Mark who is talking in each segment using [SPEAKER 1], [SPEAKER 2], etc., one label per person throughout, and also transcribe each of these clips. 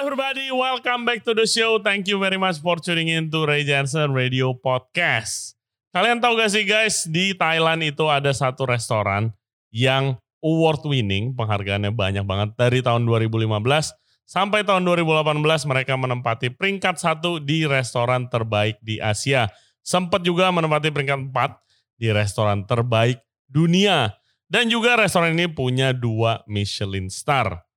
[SPEAKER 1] everybody, welcome back to the show. Thank you very much for tuning in to Ray Jansen Radio Podcast. Kalian tahu gak sih guys, di Thailand itu ada satu restoran yang award winning, penghargaannya banyak banget dari tahun 2015 sampai tahun 2018 mereka menempati peringkat satu di restoran terbaik di Asia. Sempat juga menempati peringkat 4 di restoran terbaik dunia. Dan juga restoran ini punya dua Michelin star.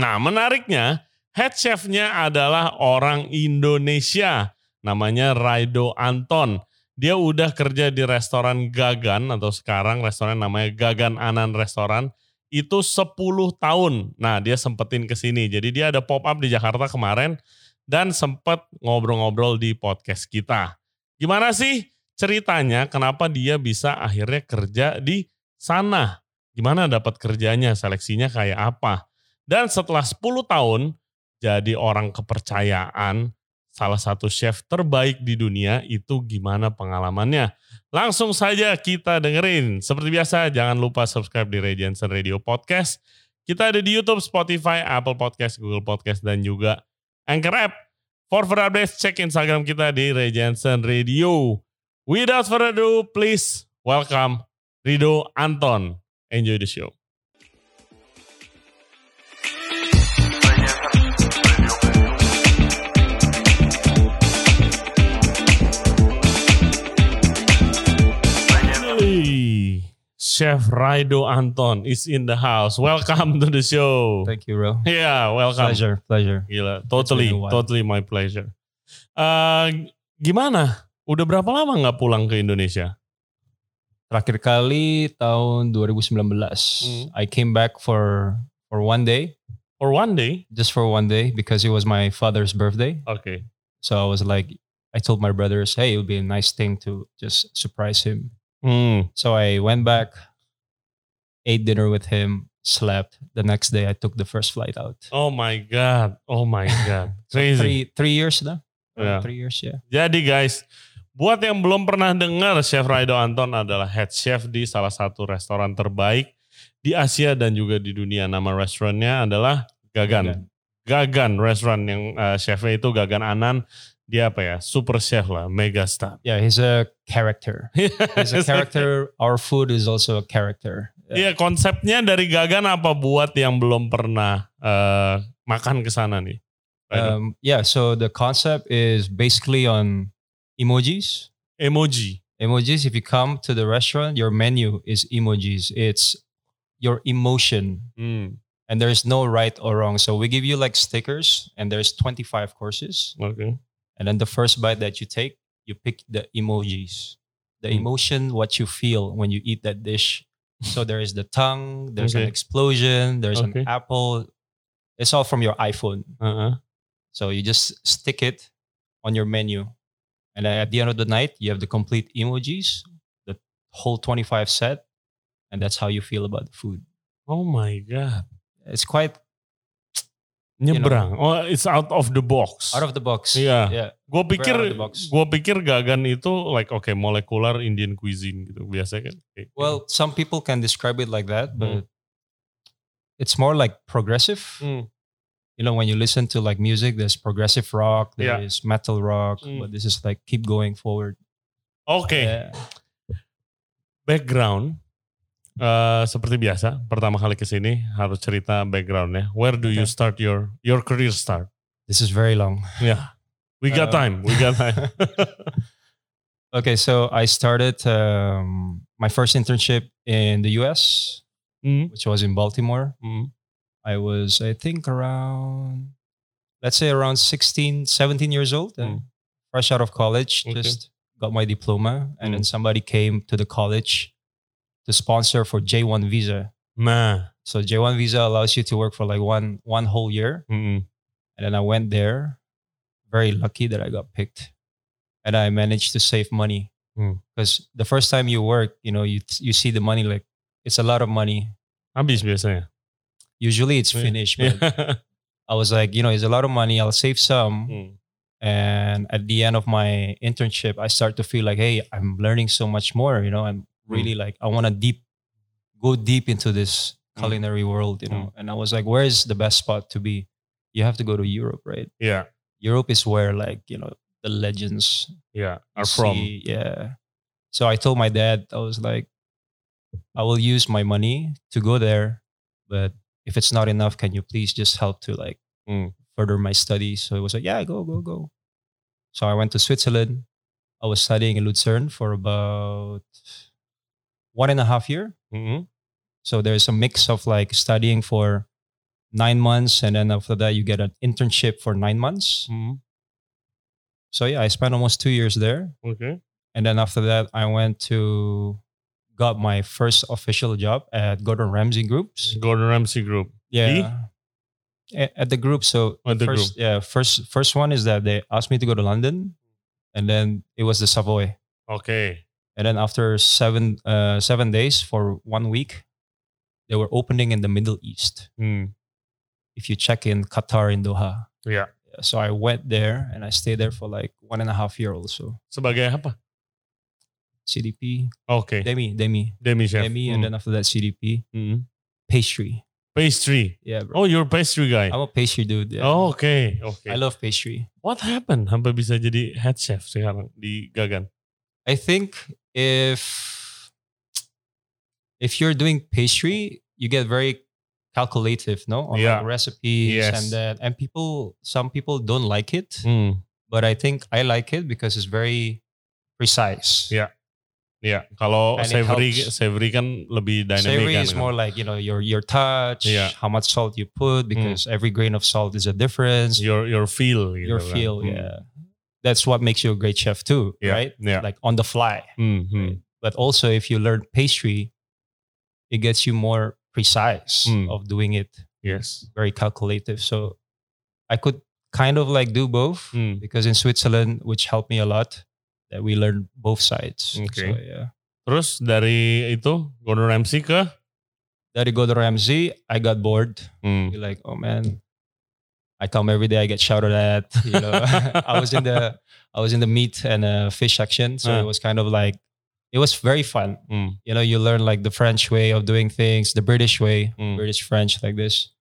[SPEAKER 1] Nah menariknya, Head chefnya adalah orang Indonesia, namanya Raido Anton. Dia udah kerja di restoran Gagan atau sekarang restoran namanya Gagan Anan Restoran itu 10 tahun. Nah, dia sempetin ke sini. Jadi dia ada pop up di Jakarta kemarin dan sempet ngobrol-ngobrol di podcast kita. Gimana sih ceritanya kenapa dia bisa akhirnya kerja di sana? Gimana dapat kerjanya, seleksinya kayak apa? Dan setelah 10 tahun, jadi orang kepercayaan salah satu chef terbaik di dunia itu gimana pengalamannya. Langsung saja kita dengerin. Seperti biasa jangan lupa subscribe di Ray Jensen Radio Podcast. Kita ada di YouTube, Spotify, Apple Podcast, Google Podcast, dan juga Anchor App. For further updates, cek Instagram kita di Ray Jensen Radio. Without further ado, please welcome Rido Anton. Enjoy the show. Hey, Chef Raido Anton is in the house. Welcome to the show.
[SPEAKER 2] Thank you, bro.
[SPEAKER 1] Yeah, welcome.
[SPEAKER 2] Pleasure, pleasure.
[SPEAKER 1] Gila, totally,
[SPEAKER 2] been a while.
[SPEAKER 1] totally my pleasure. Eh, gimana? Udah berapa lama nggak pulang ke Indonesia?
[SPEAKER 2] Terakhir kali tahun 2019,
[SPEAKER 1] Hmm.
[SPEAKER 2] I came back for for one day,
[SPEAKER 1] For one day?
[SPEAKER 2] just for one day, because it was my father's birthday.
[SPEAKER 1] Oke.
[SPEAKER 2] So I was like, I told my brothers, hey, it would be a nice thing to just surprise him.
[SPEAKER 1] Hmm.
[SPEAKER 2] So I went back, ate dinner with him, slept. The next day, I took the first flight out.
[SPEAKER 1] Oh my god. Oh my god. Crazy.
[SPEAKER 2] Three three years now.
[SPEAKER 1] Yeah.
[SPEAKER 2] Three years, yeah.
[SPEAKER 1] Jadi guys, buat yang belum pernah dengar Chef Raido Anton adalah head chef di salah satu restoran terbaik di Asia dan juga di dunia. Nama restorannya adalah Gagan. Gagan restoran yang eh, chefnya itu Gagan Anan. Dia apa ya? Super chef lah, mega star.
[SPEAKER 2] Yeah, he's a character. He's a character. Our food is also a character. Yeah.
[SPEAKER 1] Iya, konsepnya dari Gagan apa buat yang belum pernah eh, makan ke sana nih? Raido?
[SPEAKER 2] Um, yeah, so the concept is basically on emojis.
[SPEAKER 1] Emoji.
[SPEAKER 2] Emojis, if you come to the restaurant, your menu is emojis. It's your emotion,
[SPEAKER 1] Hmm,
[SPEAKER 2] and there's no right or wrong. So we give you like stickers, and there's 25 courses.
[SPEAKER 1] oke.
[SPEAKER 2] And then the first bite that you take, you pick the emojis, the
[SPEAKER 1] Hmm.
[SPEAKER 2] emotion, what you feel when you eat that dish. So there is the tongue, there's an
[SPEAKER 1] Okay.
[SPEAKER 2] explosion, there's
[SPEAKER 1] Okay.
[SPEAKER 2] an apple. It's all from your iPhone.
[SPEAKER 1] Heeh.
[SPEAKER 2] So you just stick it on your menu. And then at the end of the night, you have the complete emojis, the whole 25 set. And that's how you feel about the food.
[SPEAKER 1] Oh my god.
[SPEAKER 2] It's quite
[SPEAKER 1] Nyebrang. Oh, it's out of the box.
[SPEAKER 2] out of the box.
[SPEAKER 1] Yeah.
[SPEAKER 2] Yeah.
[SPEAKER 1] Gue pikir
[SPEAKER 2] out of the box.
[SPEAKER 1] gue pikir gagan itu like oke molekular Indian cuisine gitu biasanya kan. Kayak-
[SPEAKER 2] Well, some people can describe it like that, but
[SPEAKER 1] Mm-hmm.
[SPEAKER 2] it's more like progressive.
[SPEAKER 1] Hmm.
[SPEAKER 2] You know, when you listen to like music, there's progressive rock,
[SPEAKER 1] Yeah.
[SPEAKER 2] there is metal rock,
[SPEAKER 1] Hmm.
[SPEAKER 2] but this is like keep going forward.
[SPEAKER 1] oke
[SPEAKER 2] Yeah.
[SPEAKER 1] background eh, seperti biasa pertama kali ke sini harus cerita backgroundnya. Where do you
[SPEAKER 2] Okay.
[SPEAKER 1] start your your career start?
[SPEAKER 2] This is very long.
[SPEAKER 1] Ya, we got
[SPEAKER 2] Eh,
[SPEAKER 1] time, we got time.
[SPEAKER 2] Okay, so I started um, my first internship in the US,
[SPEAKER 1] Hmm,
[SPEAKER 2] which was in Baltimore.
[SPEAKER 1] hmm,
[SPEAKER 2] I was, I think, around, let's say around 16, 17 years old, and
[SPEAKER 1] Hmm.
[SPEAKER 2] fresh out of college,
[SPEAKER 1] Okay.
[SPEAKER 2] just got my diploma. And then
[SPEAKER 1] Hmm.
[SPEAKER 2] somebody came to the college to sponsor for J1 visa.
[SPEAKER 1] Nah,
[SPEAKER 2] So J1 visa allows you to work for like one one whole year.
[SPEAKER 1] hmm,
[SPEAKER 2] And then I went there, very lucky that I got picked. And I managed to save money.
[SPEAKER 1] Hmm.
[SPEAKER 2] Because the first time you work, you know, you you see the money like it's a lot of money.
[SPEAKER 1] habis biasanya.
[SPEAKER 2] Usually it's
[SPEAKER 1] Hmm. Yeah.
[SPEAKER 2] finished, but I was like, you know, it's a lot of money. I'll save some.
[SPEAKER 1] Hmm,
[SPEAKER 2] And at the end of my internship, I start to feel like, hey, I'm learning so much more. You know, I'm
[SPEAKER 1] Hmm.
[SPEAKER 2] really like, I want to deep, go deep into this
[SPEAKER 1] Mm. Hmm.
[SPEAKER 2] culinary world. You know, and I was like, where is the best spot to be? you have to go to Europe, right?
[SPEAKER 1] Yeah,
[SPEAKER 2] Europe is where like you know the legends
[SPEAKER 1] yeah,
[SPEAKER 2] you
[SPEAKER 1] Iya. are from.
[SPEAKER 2] see. Yeah. So I told my dad, I was like, I will use my money to go there, but if it's not enough, can you please just help to like
[SPEAKER 1] Mm.
[SPEAKER 2] further my studies? So it was like, yeah, go, go, go. So I went to Switzerland. I was studying in Lucerne for about one and a half year.
[SPEAKER 1] Mhm.
[SPEAKER 2] So there's a mix of like studying for nine months, and then after that you get an internship for nine months.
[SPEAKER 1] Mhm.
[SPEAKER 2] So yeah, I spent almost two years there.
[SPEAKER 1] Okay.
[SPEAKER 2] And then after that, I went to got my first official job at Gordon Ramsay Groups.
[SPEAKER 1] Gordon Ramsay Group.
[SPEAKER 2] Yeah. A- At the group. So
[SPEAKER 1] At the
[SPEAKER 2] first, yeah, first first one is that they asked me to go to London. And then it was the Savoy.
[SPEAKER 1] Okay.
[SPEAKER 2] And then after seven uh, seven days for one week, they were opening in the Middle East.
[SPEAKER 1] Hmm.
[SPEAKER 2] If you check in Qatar in Doha.
[SPEAKER 1] Yeah.
[SPEAKER 2] So I went there and I stayed there for like one and a half year also.
[SPEAKER 1] Sebagai apa?
[SPEAKER 2] CDP.
[SPEAKER 1] Oke.
[SPEAKER 2] Demi, Demi.
[SPEAKER 1] Demi chef.
[SPEAKER 2] Demi,
[SPEAKER 1] Hmm.
[SPEAKER 2] and then after that CDP.
[SPEAKER 1] Mhm.
[SPEAKER 2] Pastry.
[SPEAKER 1] Pastry.
[SPEAKER 2] Yeah, bro.
[SPEAKER 1] Oh, you're a pastry guy.
[SPEAKER 2] I'm a pastry dude. Yeah.
[SPEAKER 1] Oh, oke. Oke.
[SPEAKER 2] I love pastry.
[SPEAKER 1] What happened sampai bisa jadi head chef sekarang di Gagan?
[SPEAKER 2] I think if if you're doing pastry, you get very calculative, no? On
[SPEAKER 1] Yeah.
[SPEAKER 2] like recipes
[SPEAKER 1] Yes.
[SPEAKER 2] and that. And people some people don't like it,
[SPEAKER 1] Hmm.
[SPEAKER 2] but I think I like it because it's very precise.
[SPEAKER 1] Yeah. Ya, kalau
[SPEAKER 2] And it
[SPEAKER 1] savory
[SPEAKER 2] helps.
[SPEAKER 1] savory kan lebih dynamic
[SPEAKER 2] Savory
[SPEAKER 1] kan,
[SPEAKER 2] is
[SPEAKER 1] kan?
[SPEAKER 2] more like, you know, your your touch,
[SPEAKER 1] Yeah. Mm.
[SPEAKER 2] how much salt you put, because every grain of salt is a difference.
[SPEAKER 1] your your feel gitu
[SPEAKER 2] your
[SPEAKER 1] kan.
[SPEAKER 2] feel.
[SPEAKER 1] Hmm.
[SPEAKER 2] Yeah, that's what makes you a great chef too,
[SPEAKER 1] Yeah,
[SPEAKER 2] right?
[SPEAKER 1] yeah.
[SPEAKER 2] Like on the fly.
[SPEAKER 1] Iya. Hmm, hmm.
[SPEAKER 2] But also, if you learn pastry, it gets you more precise
[SPEAKER 1] Mm.
[SPEAKER 2] of doing it,
[SPEAKER 1] Yes.
[SPEAKER 2] very calculative. So I could kind of like do both
[SPEAKER 1] Hmm.
[SPEAKER 2] because in Switzerland, which helped me a lot, that we learned both sides.
[SPEAKER 1] Okay.
[SPEAKER 2] So, yeah.
[SPEAKER 1] Terus dari itu Gordon Ramsay ke
[SPEAKER 2] Then you go to Ramsey. I got bored.
[SPEAKER 1] Hmm.
[SPEAKER 2] You're like, oh man, I come every day. I get shouted at. You know, I was in the I was in the meat and uh, fish section, so
[SPEAKER 1] Uh.
[SPEAKER 2] it was kind of like it was very fun.
[SPEAKER 1] Hmm.
[SPEAKER 2] You know, you learn like the French way of doing things, the British way,
[SPEAKER 1] Mm.
[SPEAKER 2] British French like this,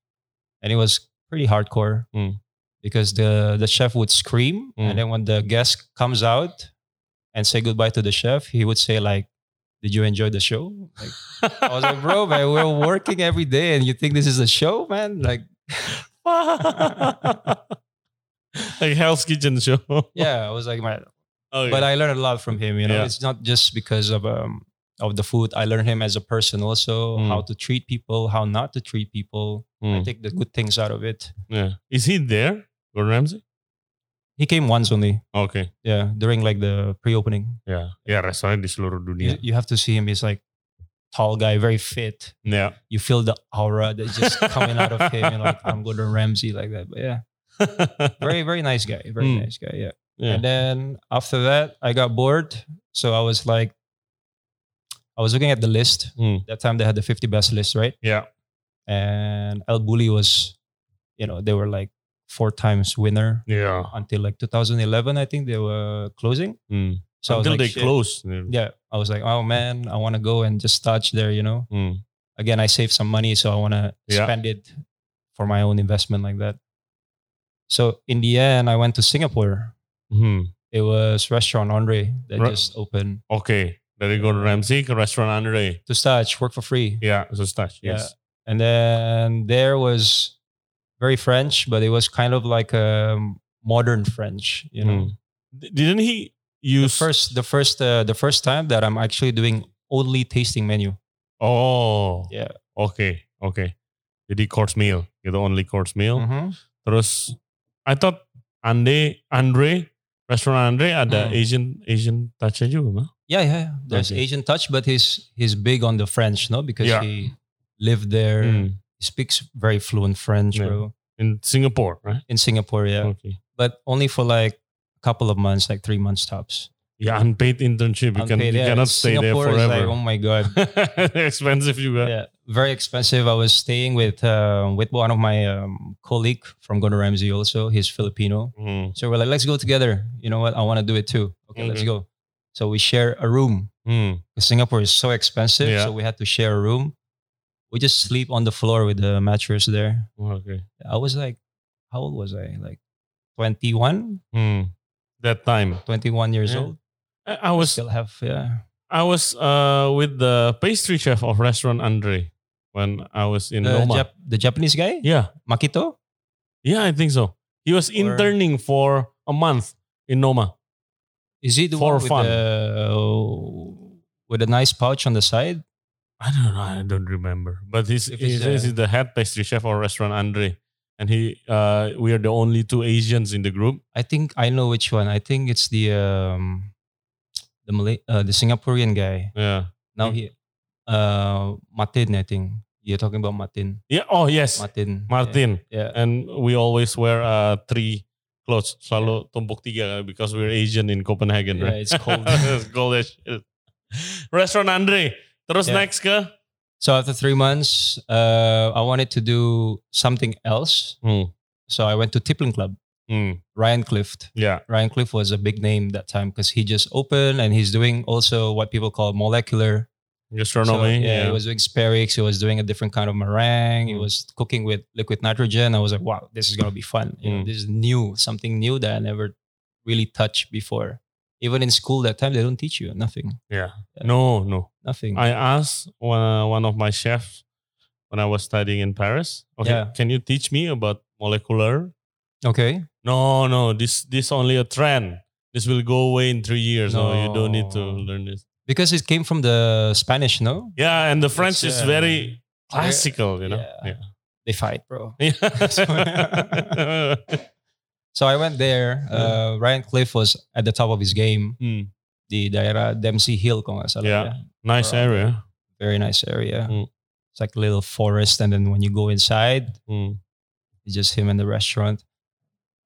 [SPEAKER 2] and it was pretty hardcore
[SPEAKER 1] Mm.
[SPEAKER 2] because the the chef would scream,
[SPEAKER 1] Mm.
[SPEAKER 2] and then when the guest comes out and say goodbye to the chef, he would say like. Did you enjoy the show? Like, I was like, bro, man, we're working every day, and you think this is a show, man? Like,
[SPEAKER 1] like Hell's Kitchen show.
[SPEAKER 2] yeah, I was like, man.
[SPEAKER 1] Oh,
[SPEAKER 2] But
[SPEAKER 1] yeah.
[SPEAKER 2] I learned a lot from him. You know,
[SPEAKER 1] Yeah.
[SPEAKER 2] it's not just because of um of the food. I learned him as a person also,
[SPEAKER 1] Mm.
[SPEAKER 2] how to treat people, how not to treat people. I
[SPEAKER 1] Hmm.
[SPEAKER 2] take the good things out of it.
[SPEAKER 1] Yeah. Is he there, Gordon Ramsay?
[SPEAKER 2] He came once only.
[SPEAKER 1] Oke.
[SPEAKER 2] Yeah, during like the pre-opening,
[SPEAKER 1] Ya, ya restoran di seluruh
[SPEAKER 2] You-
[SPEAKER 1] dunia.
[SPEAKER 2] you, have to see him. He's like tall guy, very fit.
[SPEAKER 1] Ya.
[SPEAKER 2] You feel the aura that's just coming out of him. You know, like I'm Gordon Ramsay, like that. But yeah, very very nice guy. Very
[SPEAKER 1] Mm.
[SPEAKER 2] nice guy. Yeah.
[SPEAKER 1] Yeah.
[SPEAKER 2] And then after that, I got bored. So I was like, I was looking at the list.
[SPEAKER 1] Hmm.
[SPEAKER 2] That time they had the 50 best list, right?
[SPEAKER 1] Yeah.
[SPEAKER 2] And El Bulli was, you know, they were like four times winner
[SPEAKER 1] Yeah.
[SPEAKER 2] until like 2011, I think they were closing.
[SPEAKER 1] Hmm.
[SPEAKER 2] So I was
[SPEAKER 1] Until
[SPEAKER 2] like,
[SPEAKER 1] they
[SPEAKER 2] shit.
[SPEAKER 1] close.
[SPEAKER 2] Yeah. I was like, oh man, I want to go and just touch there, you know?
[SPEAKER 1] Hmm.
[SPEAKER 2] Again, I saved some money, so I want to
[SPEAKER 1] Yeah.
[SPEAKER 2] spend it for my own investment like that. So in the end, I went to Singapore.
[SPEAKER 1] Hmm.
[SPEAKER 2] It was restaurant Andre that
[SPEAKER 1] Right.
[SPEAKER 2] just opened.
[SPEAKER 1] Oke. Dari Gordon Ramsay ke restoran Andre.
[SPEAKER 2] To Stach, work for free.
[SPEAKER 1] Ya, Sustas.
[SPEAKER 2] Yeah.
[SPEAKER 1] Yes.
[SPEAKER 2] And then there was very French, but it was kind of like um modern French, you know.
[SPEAKER 1] Hmm. D- Didn't he use
[SPEAKER 2] First the first uh, the first time that I'm actually doing only tasting menu.
[SPEAKER 1] Oh.
[SPEAKER 2] Yeah.
[SPEAKER 1] Oke, oke. Jadi course meal, gitu only course meal.
[SPEAKER 2] Mhm.
[SPEAKER 1] Terus I thought Ande Andre restoran Andre ada
[SPEAKER 2] Hmm.
[SPEAKER 1] Asian Asian touch-nya juga mah.
[SPEAKER 2] Yeah, yeah. yeah. There's
[SPEAKER 1] Okay.
[SPEAKER 2] Asian touch, but he's he's big on the French, no? Because
[SPEAKER 1] Yeah.
[SPEAKER 2] he lived there.
[SPEAKER 1] Hmm.
[SPEAKER 2] He speaks very fluent French,
[SPEAKER 1] Yeah.
[SPEAKER 2] bro.
[SPEAKER 1] In Singapore, right?
[SPEAKER 2] In Singapore, yeah.
[SPEAKER 1] Oke.
[SPEAKER 2] But only for like a couple of months, like three months tops.
[SPEAKER 1] Ya unpaid internship, you, can,
[SPEAKER 2] Unpaid,
[SPEAKER 1] you
[SPEAKER 2] yeah.
[SPEAKER 1] cannot stay there
[SPEAKER 2] Singapore is like,
[SPEAKER 1] forever.
[SPEAKER 2] oh my god.
[SPEAKER 1] Expensive juga.
[SPEAKER 2] yeah, very expensive. I was staying with uh, with one of my um, colleague from Gordon Ramsay. Also, he's Filipino.
[SPEAKER 1] Hmm.
[SPEAKER 2] So we're like, let's go together. You know what? I want to do it too. Okay, let's
[SPEAKER 1] Mhm.
[SPEAKER 2] go. So we share a room.
[SPEAKER 1] Hmm.
[SPEAKER 2] 'Cause Singapore is so expensive,
[SPEAKER 1] Yeah.
[SPEAKER 2] so we had to share a room. We just sleep on the floor with the mattress there.
[SPEAKER 1] Oke.
[SPEAKER 2] I was like, how old was I? Like 21,
[SPEAKER 1] Hmm. That time,
[SPEAKER 2] 21 years
[SPEAKER 1] Yeah.
[SPEAKER 2] old.
[SPEAKER 1] I I was
[SPEAKER 2] Still have yeah.
[SPEAKER 1] I was uh, with the pastry chef of restaurant Andre when I was in
[SPEAKER 2] The,
[SPEAKER 1] Roma.
[SPEAKER 2] Jap- the Japanese guy,
[SPEAKER 1] yeah,
[SPEAKER 2] Makito.
[SPEAKER 1] yeah, I think so. He was interning for a month in Noma.
[SPEAKER 2] Is he the
[SPEAKER 1] For
[SPEAKER 2] one with
[SPEAKER 1] fun.
[SPEAKER 2] the with a nice pouch on the side?
[SPEAKER 1] I don't know. I don't remember. But he's,
[SPEAKER 2] If
[SPEAKER 1] he's,
[SPEAKER 2] it's, uh,
[SPEAKER 1] he's the head pastry chef of restaurant Andre, and he uh, we are the only two Asians in the group.
[SPEAKER 2] I think I know which one. I think it's the um, the Malay, uh, the Singaporean guy.
[SPEAKER 1] Yeah.
[SPEAKER 2] Now
[SPEAKER 1] Hmm.
[SPEAKER 2] he, uh, Martin. I think you're talking about Martin.
[SPEAKER 1] Yeah. Oh yes,
[SPEAKER 2] Martin.
[SPEAKER 1] Martin.
[SPEAKER 2] Yeah.
[SPEAKER 1] And we always wear uh, three clothes. Selalu tumpuk tiga because we're Asian in Copenhagen,
[SPEAKER 2] Yeah,
[SPEAKER 1] right?
[SPEAKER 2] it's cold.
[SPEAKER 1] It's cold as shit. Restaurant Andre. Terus
[SPEAKER 2] Yeah.
[SPEAKER 1] next ke?
[SPEAKER 2] so after three months, uh, I wanted to do something else.
[SPEAKER 1] Hmm.
[SPEAKER 2] So I went to Tippling Club.
[SPEAKER 1] Hmm.
[SPEAKER 2] Ryan Clift.
[SPEAKER 1] Yeah.
[SPEAKER 2] Ryan Cliff was a big name that time because he just opened and he's doing also what people call molecular. So,
[SPEAKER 1] Gastronomy.
[SPEAKER 2] yeah,
[SPEAKER 1] yeah.
[SPEAKER 2] he was doing Sperrix. He was doing a different kind of meringue.
[SPEAKER 1] Mm.
[SPEAKER 2] He was cooking with liquid nitrogen. I was like, wow, this is gonna be fun. You know,
[SPEAKER 1] Mm.
[SPEAKER 2] this is new, something new that I never really touched before. Even in school that time, they don't teach you nothing,
[SPEAKER 1] Yeah. No, no.
[SPEAKER 2] nothing.
[SPEAKER 1] I asked one, one of my chefs when I was studying in Paris. Okay,
[SPEAKER 2] Yeah.
[SPEAKER 1] can you teach me about molecular?
[SPEAKER 2] okay,
[SPEAKER 1] No, no. This this only a trend. This will go away in three years. No, you don't need to
[SPEAKER 2] No.
[SPEAKER 1] learn this.
[SPEAKER 2] because it came from the Spanish, no?
[SPEAKER 1] Yeah, and the French is
[SPEAKER 2] It's, uh,
[SPEAKER 1] very classical. You know.
[SPEAKER 2] yeah. They fight, bro.
[SPEAKER 1] Yeah.
[SPEAKER 2] So I went there. Uh, Ryan Cliff was at the top of his game.
[SPEAKER 1] Hmm,
[SPEAKER 2] The daerah Dempsey Hill, kung nggak salah
[SPEAKER 1] Yeah.
[SPEAKER 2] ya.
[SPEAKER 1] Nice
[SPEAKER 2] Around
[SPEAKER 1] area.
[SPEAKER 2] very nice area.
[SPEAKER 1] Mm.
[SPEAKER 2] It's like a little forest, and then when you go inside,
[SPEAKER 1] Hmm.
[SPEAKER 2] it's just him and the restaurant.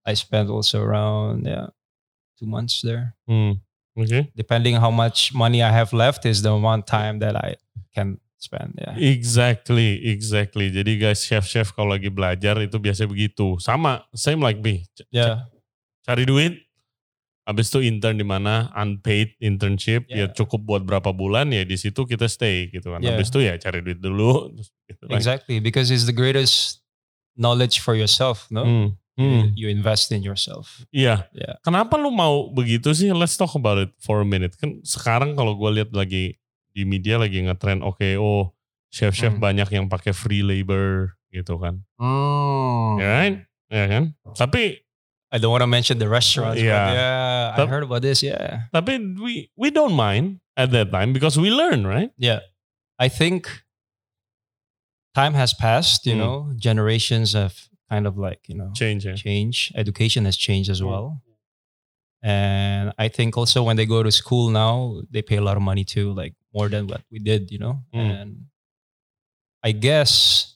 [SPEAKER 2] I spent also around yeah, two months there.
[SPEAKER 1] Hmm. Okay.
[SPEAKER 2] Depending how much money I have left is the amount time that I can spend. Yeah,
[SPEAKER 1] Exactly, exactly. Jadi guys, chef-chef kalau lagi belajar itu biasanya begitu. Sama, same like me. C-
[SPEAKER 2] yeah,
[SPEAKER 1] Cari duit, habis itu intern di mana, unpaid internship, ya
[SPEAKER 2] Yeah.
[SPEAKER 1] cukup buat berapa bulan ya di situ kita stay gitu kan.
[SPEAKER 2] Yeah.
[SPEAKER 1] Habis itu ya cari duit dulu. terus gitu lagi.
[SPEAKER 2] exactly. Because it's the greatest knowledge for yourself. No,
[SPEAKER 1] Hmm, hmm.
[SPEAKER 2] you invest in yourself.
[SPEAKER 1] Iya.
[SPEAKER 2] Yeah.
[SPEAKER 1] Kenapa lu mau begitu sih? Let's talk about it for a minute. Kan sekarang kalau gue lihat lagi di media lagi ngetren OKO, chef-chef
[SPEAKER 2] Hmm.
[SPEAKER 1] banyak yang pakai free labor gitu kan.
[SPEAKER 2] Hmm.
[SPEAKER 1] Ya kan? Ya kan? Tapi
[SPEAKER 2] I don't want to mention the restaurants.
[SPEAKER 1] Yeah.
[SPEAKER 2] but yeah. I
[SPEAKER 1] But-
[SPEAKER 2] heard about this. Yeah.
[SPEAKER 1] tapi we we don't mind at that time because we learn, right?
[SPEAKER 2] Yeah. I think time has passed, you
[SPEAKER 1] Mm.
[SPEAKER 2] know, generations have kind of like, you know,
[SPEAKER 1] Change. ya.
[SPEAKER 2] change. Education has changed as
[SPEAKER 1] Mm.
[SPEAKER 2] well. And I think also when they go to school now, they pay a lot of money too, like more than what we did, you know.
[SPEAKER 1] Mm.
[SPEAKER 2] And I guess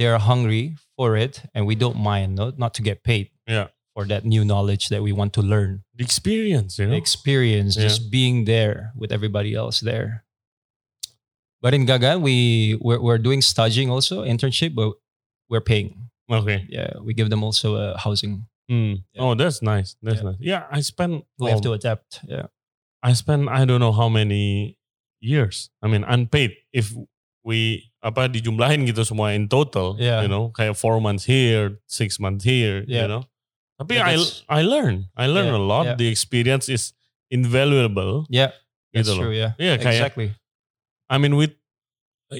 [SPEAKER 2] they're hungry for it and we don't mind no, not to get paid
[SPEAKER 1] Yeah.
[SPEAKER 2] for that new knowledge that we want to learn.
[SPEAKER 1] The experience, you know.
[SPEAKER 2] The experience,
[SPEAKER 1] Yeah.
[SPEAKER 2] just being there with everybody else there. But in Gagan, we we're, we're doing staging also internship, but we're paying.
[SPEAKER 1] Okay.
[SPEAKER 2] Yeah, we give them also uh, housing.
[SPEAKER 1] Hmm.
[SPEAKER 2] Yeah.
[SPEAKER 1] Oh, that's nice. That's
[SPEAKER 2] Yeah.
[SPEAKER 1] nice. Yeah, I spent
[SPEAKER 2] We have to adapt. Yeah,
[SPEAKER 1] I spent I don't know how many years. I mean unpaid if we apa dijumlahin gitu semua in total,
[SPEAKER 2] Yeah.
[SPEAKER 1] you know, kayak four months here, six months here, you
[SPEAKER 2] Yeah.
[SPEAKER 1] know. Tapi
[SPEAKER 2] Yeah,
[SPEAKER 1] I
[SPEAKER 2] that's-
[SPEAKER 1] I learn, I learn
[SPEAKER 2] Yeah,
[SPEAKER 1] a lot.
[SPEAKER 2] yeah.
[SPEAKER 1] The experience is invaluable.
[SPEAKER 2] yeah, that's
[SPEAKER 1] gitu loh.
[SPEAKER 2] true. Yeah,
[SPEAKER 1] Yeah, kayak
[SPEAKER 2] exactly.
[SPEAKER 1] I mean with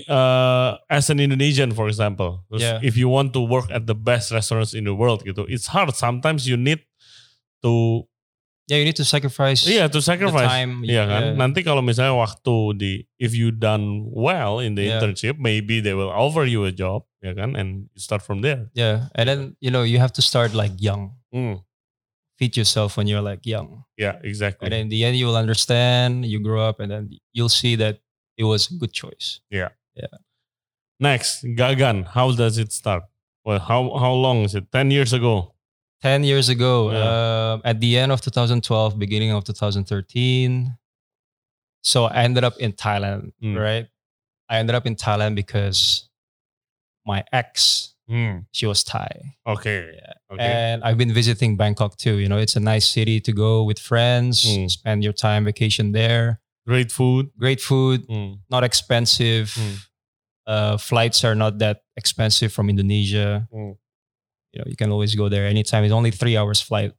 [SPEAKER 1] uh, as an Indonesian for example, terus
[SPEAKER 2] Yeah.
[SPEAKER 1] if you want to work at the best restaurants in the world gitu, it's hard. Sometimes you need to
[SPEAKER 2] Yeah, you need to sacrifice.
[SPEAKER 1] Iya to sacrifice.
[SPEAKER 2] time,
[SPEAKER 1] Iya kan.
[SPEAKER 2] yeah.
[SPEAKER 1] Nanti kalau misalnya waktu di if you done well in the
[SPEAKER 2] Yeah.
[SPEAKER 1] internship, maybe they will offer you a job, ya kan, and you start from there.
[SPEAKER 2] Yeah, and then you know you have to start like young.
[SPEAKER 1] Hmm.
[SPEAKER 2] Feed yourself when you're like young,
[SPEAKER 1] Yeah, exactly.
[SPEAKER 2] and then in the end you will understand. You grow up, and then you'll see that it was a good choice.
[SPEAKER 1] Next, Gagan, how does it start? Well, how how long is it? Ten years ago.
[SPEAKER 2] 10 years ago
[SPEAKER 1] Yeah.
[SPEAKER 2] um, at the end of 2012 beginning of 2013 so i ended up in thailand
[SPEAKER 1] Mm.
[SPEAKER 2] right i ended up in thailand because my ex
[SPEAKER 1] Hmm.
[SPEAKER 2] she was thai
[SPEAKER 1] Oke.
[SPEAKER 2] Yeah. Eh.
[SPEAKER 1] Oke.
[SPEAKER 2] and i've been visiting bangkok too you know it's a nice city to go with friends
[SPEAKER 1] Mm.
[SPEAKER 2] spend your time vacation there
[SPEAKER 1] Great food.
[SPEAKER 2] great food
[SPEAKER 1] Hmm.
[SPEAKER 2] not expensive
[SPEAKER 1] Mm.
[SPEAKER 2] uh, flights are not that expensive from indonesia
[SPEAKER 1] Mm.
[SPEAKER 2] you know you can always go there anytime. It's only three hours flight,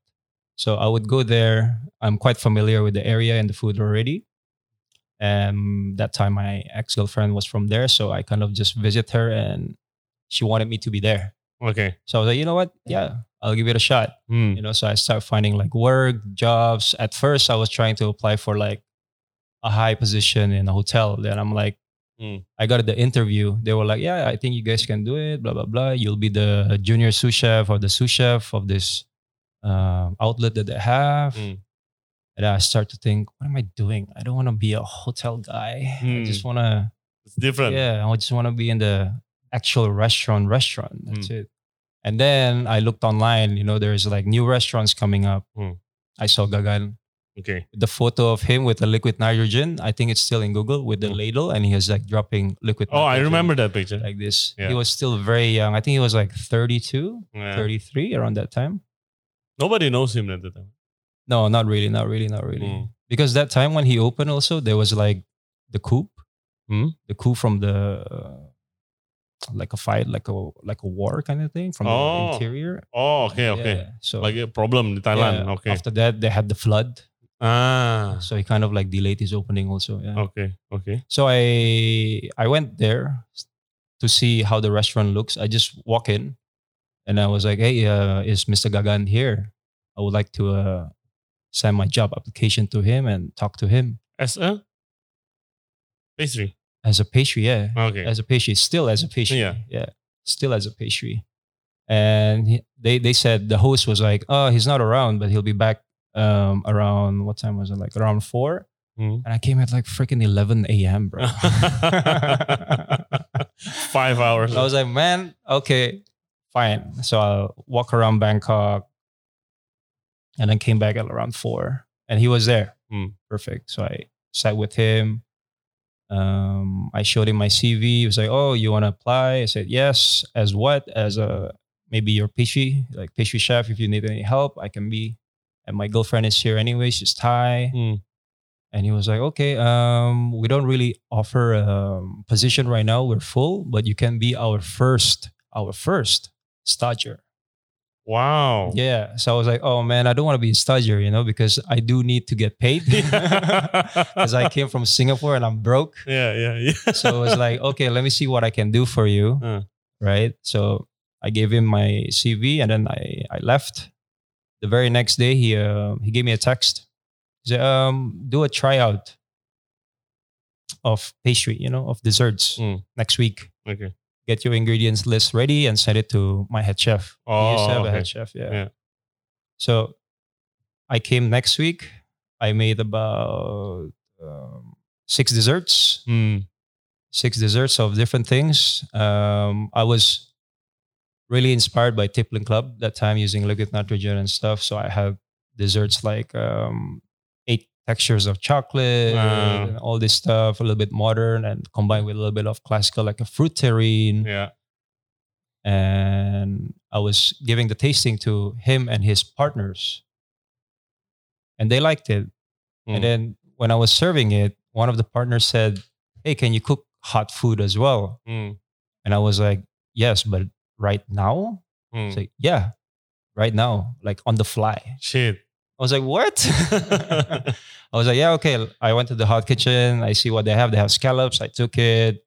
[SPEAKER 2] so I would go there. I'm quite familiar with the area and the food already. Um, that time my ex girlfriend was from there, so I kind of just visit her, and she wanted me to be there.
[SPEAKER 1] Okay.
[SPEAKER 2] So I was like, you know what? Yeah, I'll give it a shot.
[SPEAKER 1] Hmm.
[SPEAKER 2] You know, so I started finding like work, jobs. At first, I was trying to apply for like a high position in a hotel. Then I'm like,
[SPEAKER 1] Mm.
[SPEAKER 2] I got the interview. They were like, yeah, I think you guys can do it, blah, blah, blah. You'll be the junior sous chef or the sous chef of this um, outlet that they have.
[SPEAKER 1] Mm.
[SPEAKER 2] And I start to think, what am I doing? I don't want to be a hotel guy. I
[SPEAKER 1] Mm.
[SPEAKER 2] just want to
[SPEAKER 1] It's different.
[SPEAKER 2] yeah, I just want to be in the actual restaurant, restaurant. That's
[SPEAKER 1] Hmm.
[SPEAKER 2] it. And then I looked online, you know, there's like new restaurants coming up.
[SPEAKER 1] Mm.
[SPEAKER 2] I saw Gagan,
[SPEAKER 1] Okay.
[SPEAKER 2] the photo of him with the liquid nitrogen. I think it's still in Google with the
[SPEAKER 1] Mm.
[SPEAKER 2] ladle and he was like dropping liquid.
[SPEAKER 1] Oh, I
[SPEAKER 2] nitrogen
[SPEAKER 1] remember that picture.
[SPEAKER 2] Like this.
[SPEAKER 1] Yeah.
[SPEAKER 2] He was still very young. I think he was like 32,
[SPEAKER 1] Yeah.
[SPEAKER 2] 33 around that time.
[SPEAKER 1] Nobody knows him at the time.
[SPEAKER 2] No, not really, not really, not really.
[SPEAKER 1] Mm.
[SPEAKER 2] Because that time when he opened also, there was like the coup,
[SPEAKER 1] Hmm?
[SPEAKER 2] the coup from the uh, like a fight, like a like a war kind of thing from
[SPEAKER 1] Oh,
[SPEAKER 2] the interior.
[SPEAKER 1] Oh, okay, okay.
[SPEAKER 2] Yeah, So
[SPEAKER 1] Like a problem in Thailand.
[SPEAKER 2] yeah,
[SPEAKER 1] Okay.
[SPEAKER 2] After that, they had the flood,
[SPEAKER 1] Ah.
[SPEAKER 2] so he kind of like delayed his opening also. Yeah.
[SPEAKER 1] Okay. Okay.
[SPEAKER 2] So I I went there to see how the restaurant looks. I just walk in, and I was like, "Hey, uh, is Mr. Gagan here? I would like to uh, send my job application to him and talk to him
[SPEAKER 1] As a E? pastry.
[SPEAKER 2] as a pastry. Yeah,
[SPEAKER 1] Okay.
[SPEAKER 2] as a pastry, still as a pastry.
[SPEAKER 1] Yeah.
[SPEAKER 2] yeah, still as a pastry. And he- they they said the host was like, "Oh, he's not around, but he'll be back um, around what time was it? Like around four.
[SPEAKER 1] Hmm.
[SPEAKER 2] And I came at like freaking eleven a.m., bro.
[SPEAKER 1] Five hours.
[SPEAKER 2] I was like, man, okay, fine. So I walk around Bangkok and then came back at around four and he was there.
[SPEAKER 1] Hmm.
[SPEAKER 2] Perfect. So I sat with him. Um, I showed him my CV. He was like, oh, you want to apply? I said, yes. As what? As a maybe your pastry, like pastry chef. If you need any help, I can be. And my girlfriend is here anyway. She's Thai.
[SPEAKER 1] Hmm.
[SPEAKER 2] And he was like, okay, um, we don't really offer a position right now. We're full, but you can be our first, our first stagiaire.
[SPEAKER 1] wow.
[SPEAKER 2] Yeah. So I was like, oh man, I don't want to be a stagiaire, you know, because I do need to get paid. Because I came from Singapore and I'm broke.
[SPEAKER 1] yeah, yeah, yeah.
[SPEAKER 2] So I was like, okay, let me see what I can do for you.
[SPEAKER 1] Uh.
[SPEAKER 2] Right. So I gave him my CV and then I, I left. The very next day, he, uh, he gave me a text. He said, um, do a tryout of pastry, you know, of desserts
[SPEAKER 1] Mm.
[SPEAKER 2] next week.
[SPEAKER 1] Okay.
[SPEAKER 2] Get your ingredients list ready and send it to my head chef. He used
[SPEAKER 1] Oh,
[SPEAKER 2] to have a
[SPEAKER 1] okay.
[SPEAKER 2] head chef, yeah.
[SPEAKER 1] Yeah.
[SPEAKER 2] So I came next week. I made about um, six desserts
[SPEAKER 1] Hmm.
[SPEAKER 2] six desserts of different things. Um, I was really inspired by Tiplin Club that time using liquid nitrogen and stuff. So I have desserts like um, eight textures of chocolate
[SPEAKER 1] Wow.
[SPEAKER 2] and all this stuff, a little bit modern and combined with a little bit of classical, like a fruit terrine.
[SPEAKER 1] Yeah.
[SPEAKER 2] And I was giving the tasting to him and his partners. And they liked it.
[SPEAKER 1] Mm.
[SPEAKER 2] And then when I was serving it, one of the partners said, Hey, can you cook hot food as well?
[SPEAKER 1] Hmm.
[SPEAKER 2] And I was like, Yes, but right now?
[SPEAKER 1] Hmm.
[SPEAKER 2] He's like, Yeah, right now, like on the fly.
[SPEAKER 1] Shit.
[SPEAKER 2] I was like, What? I was like, Yeah, okay. I went to the hot kitchen. I see what they have. They have scallops. I took it.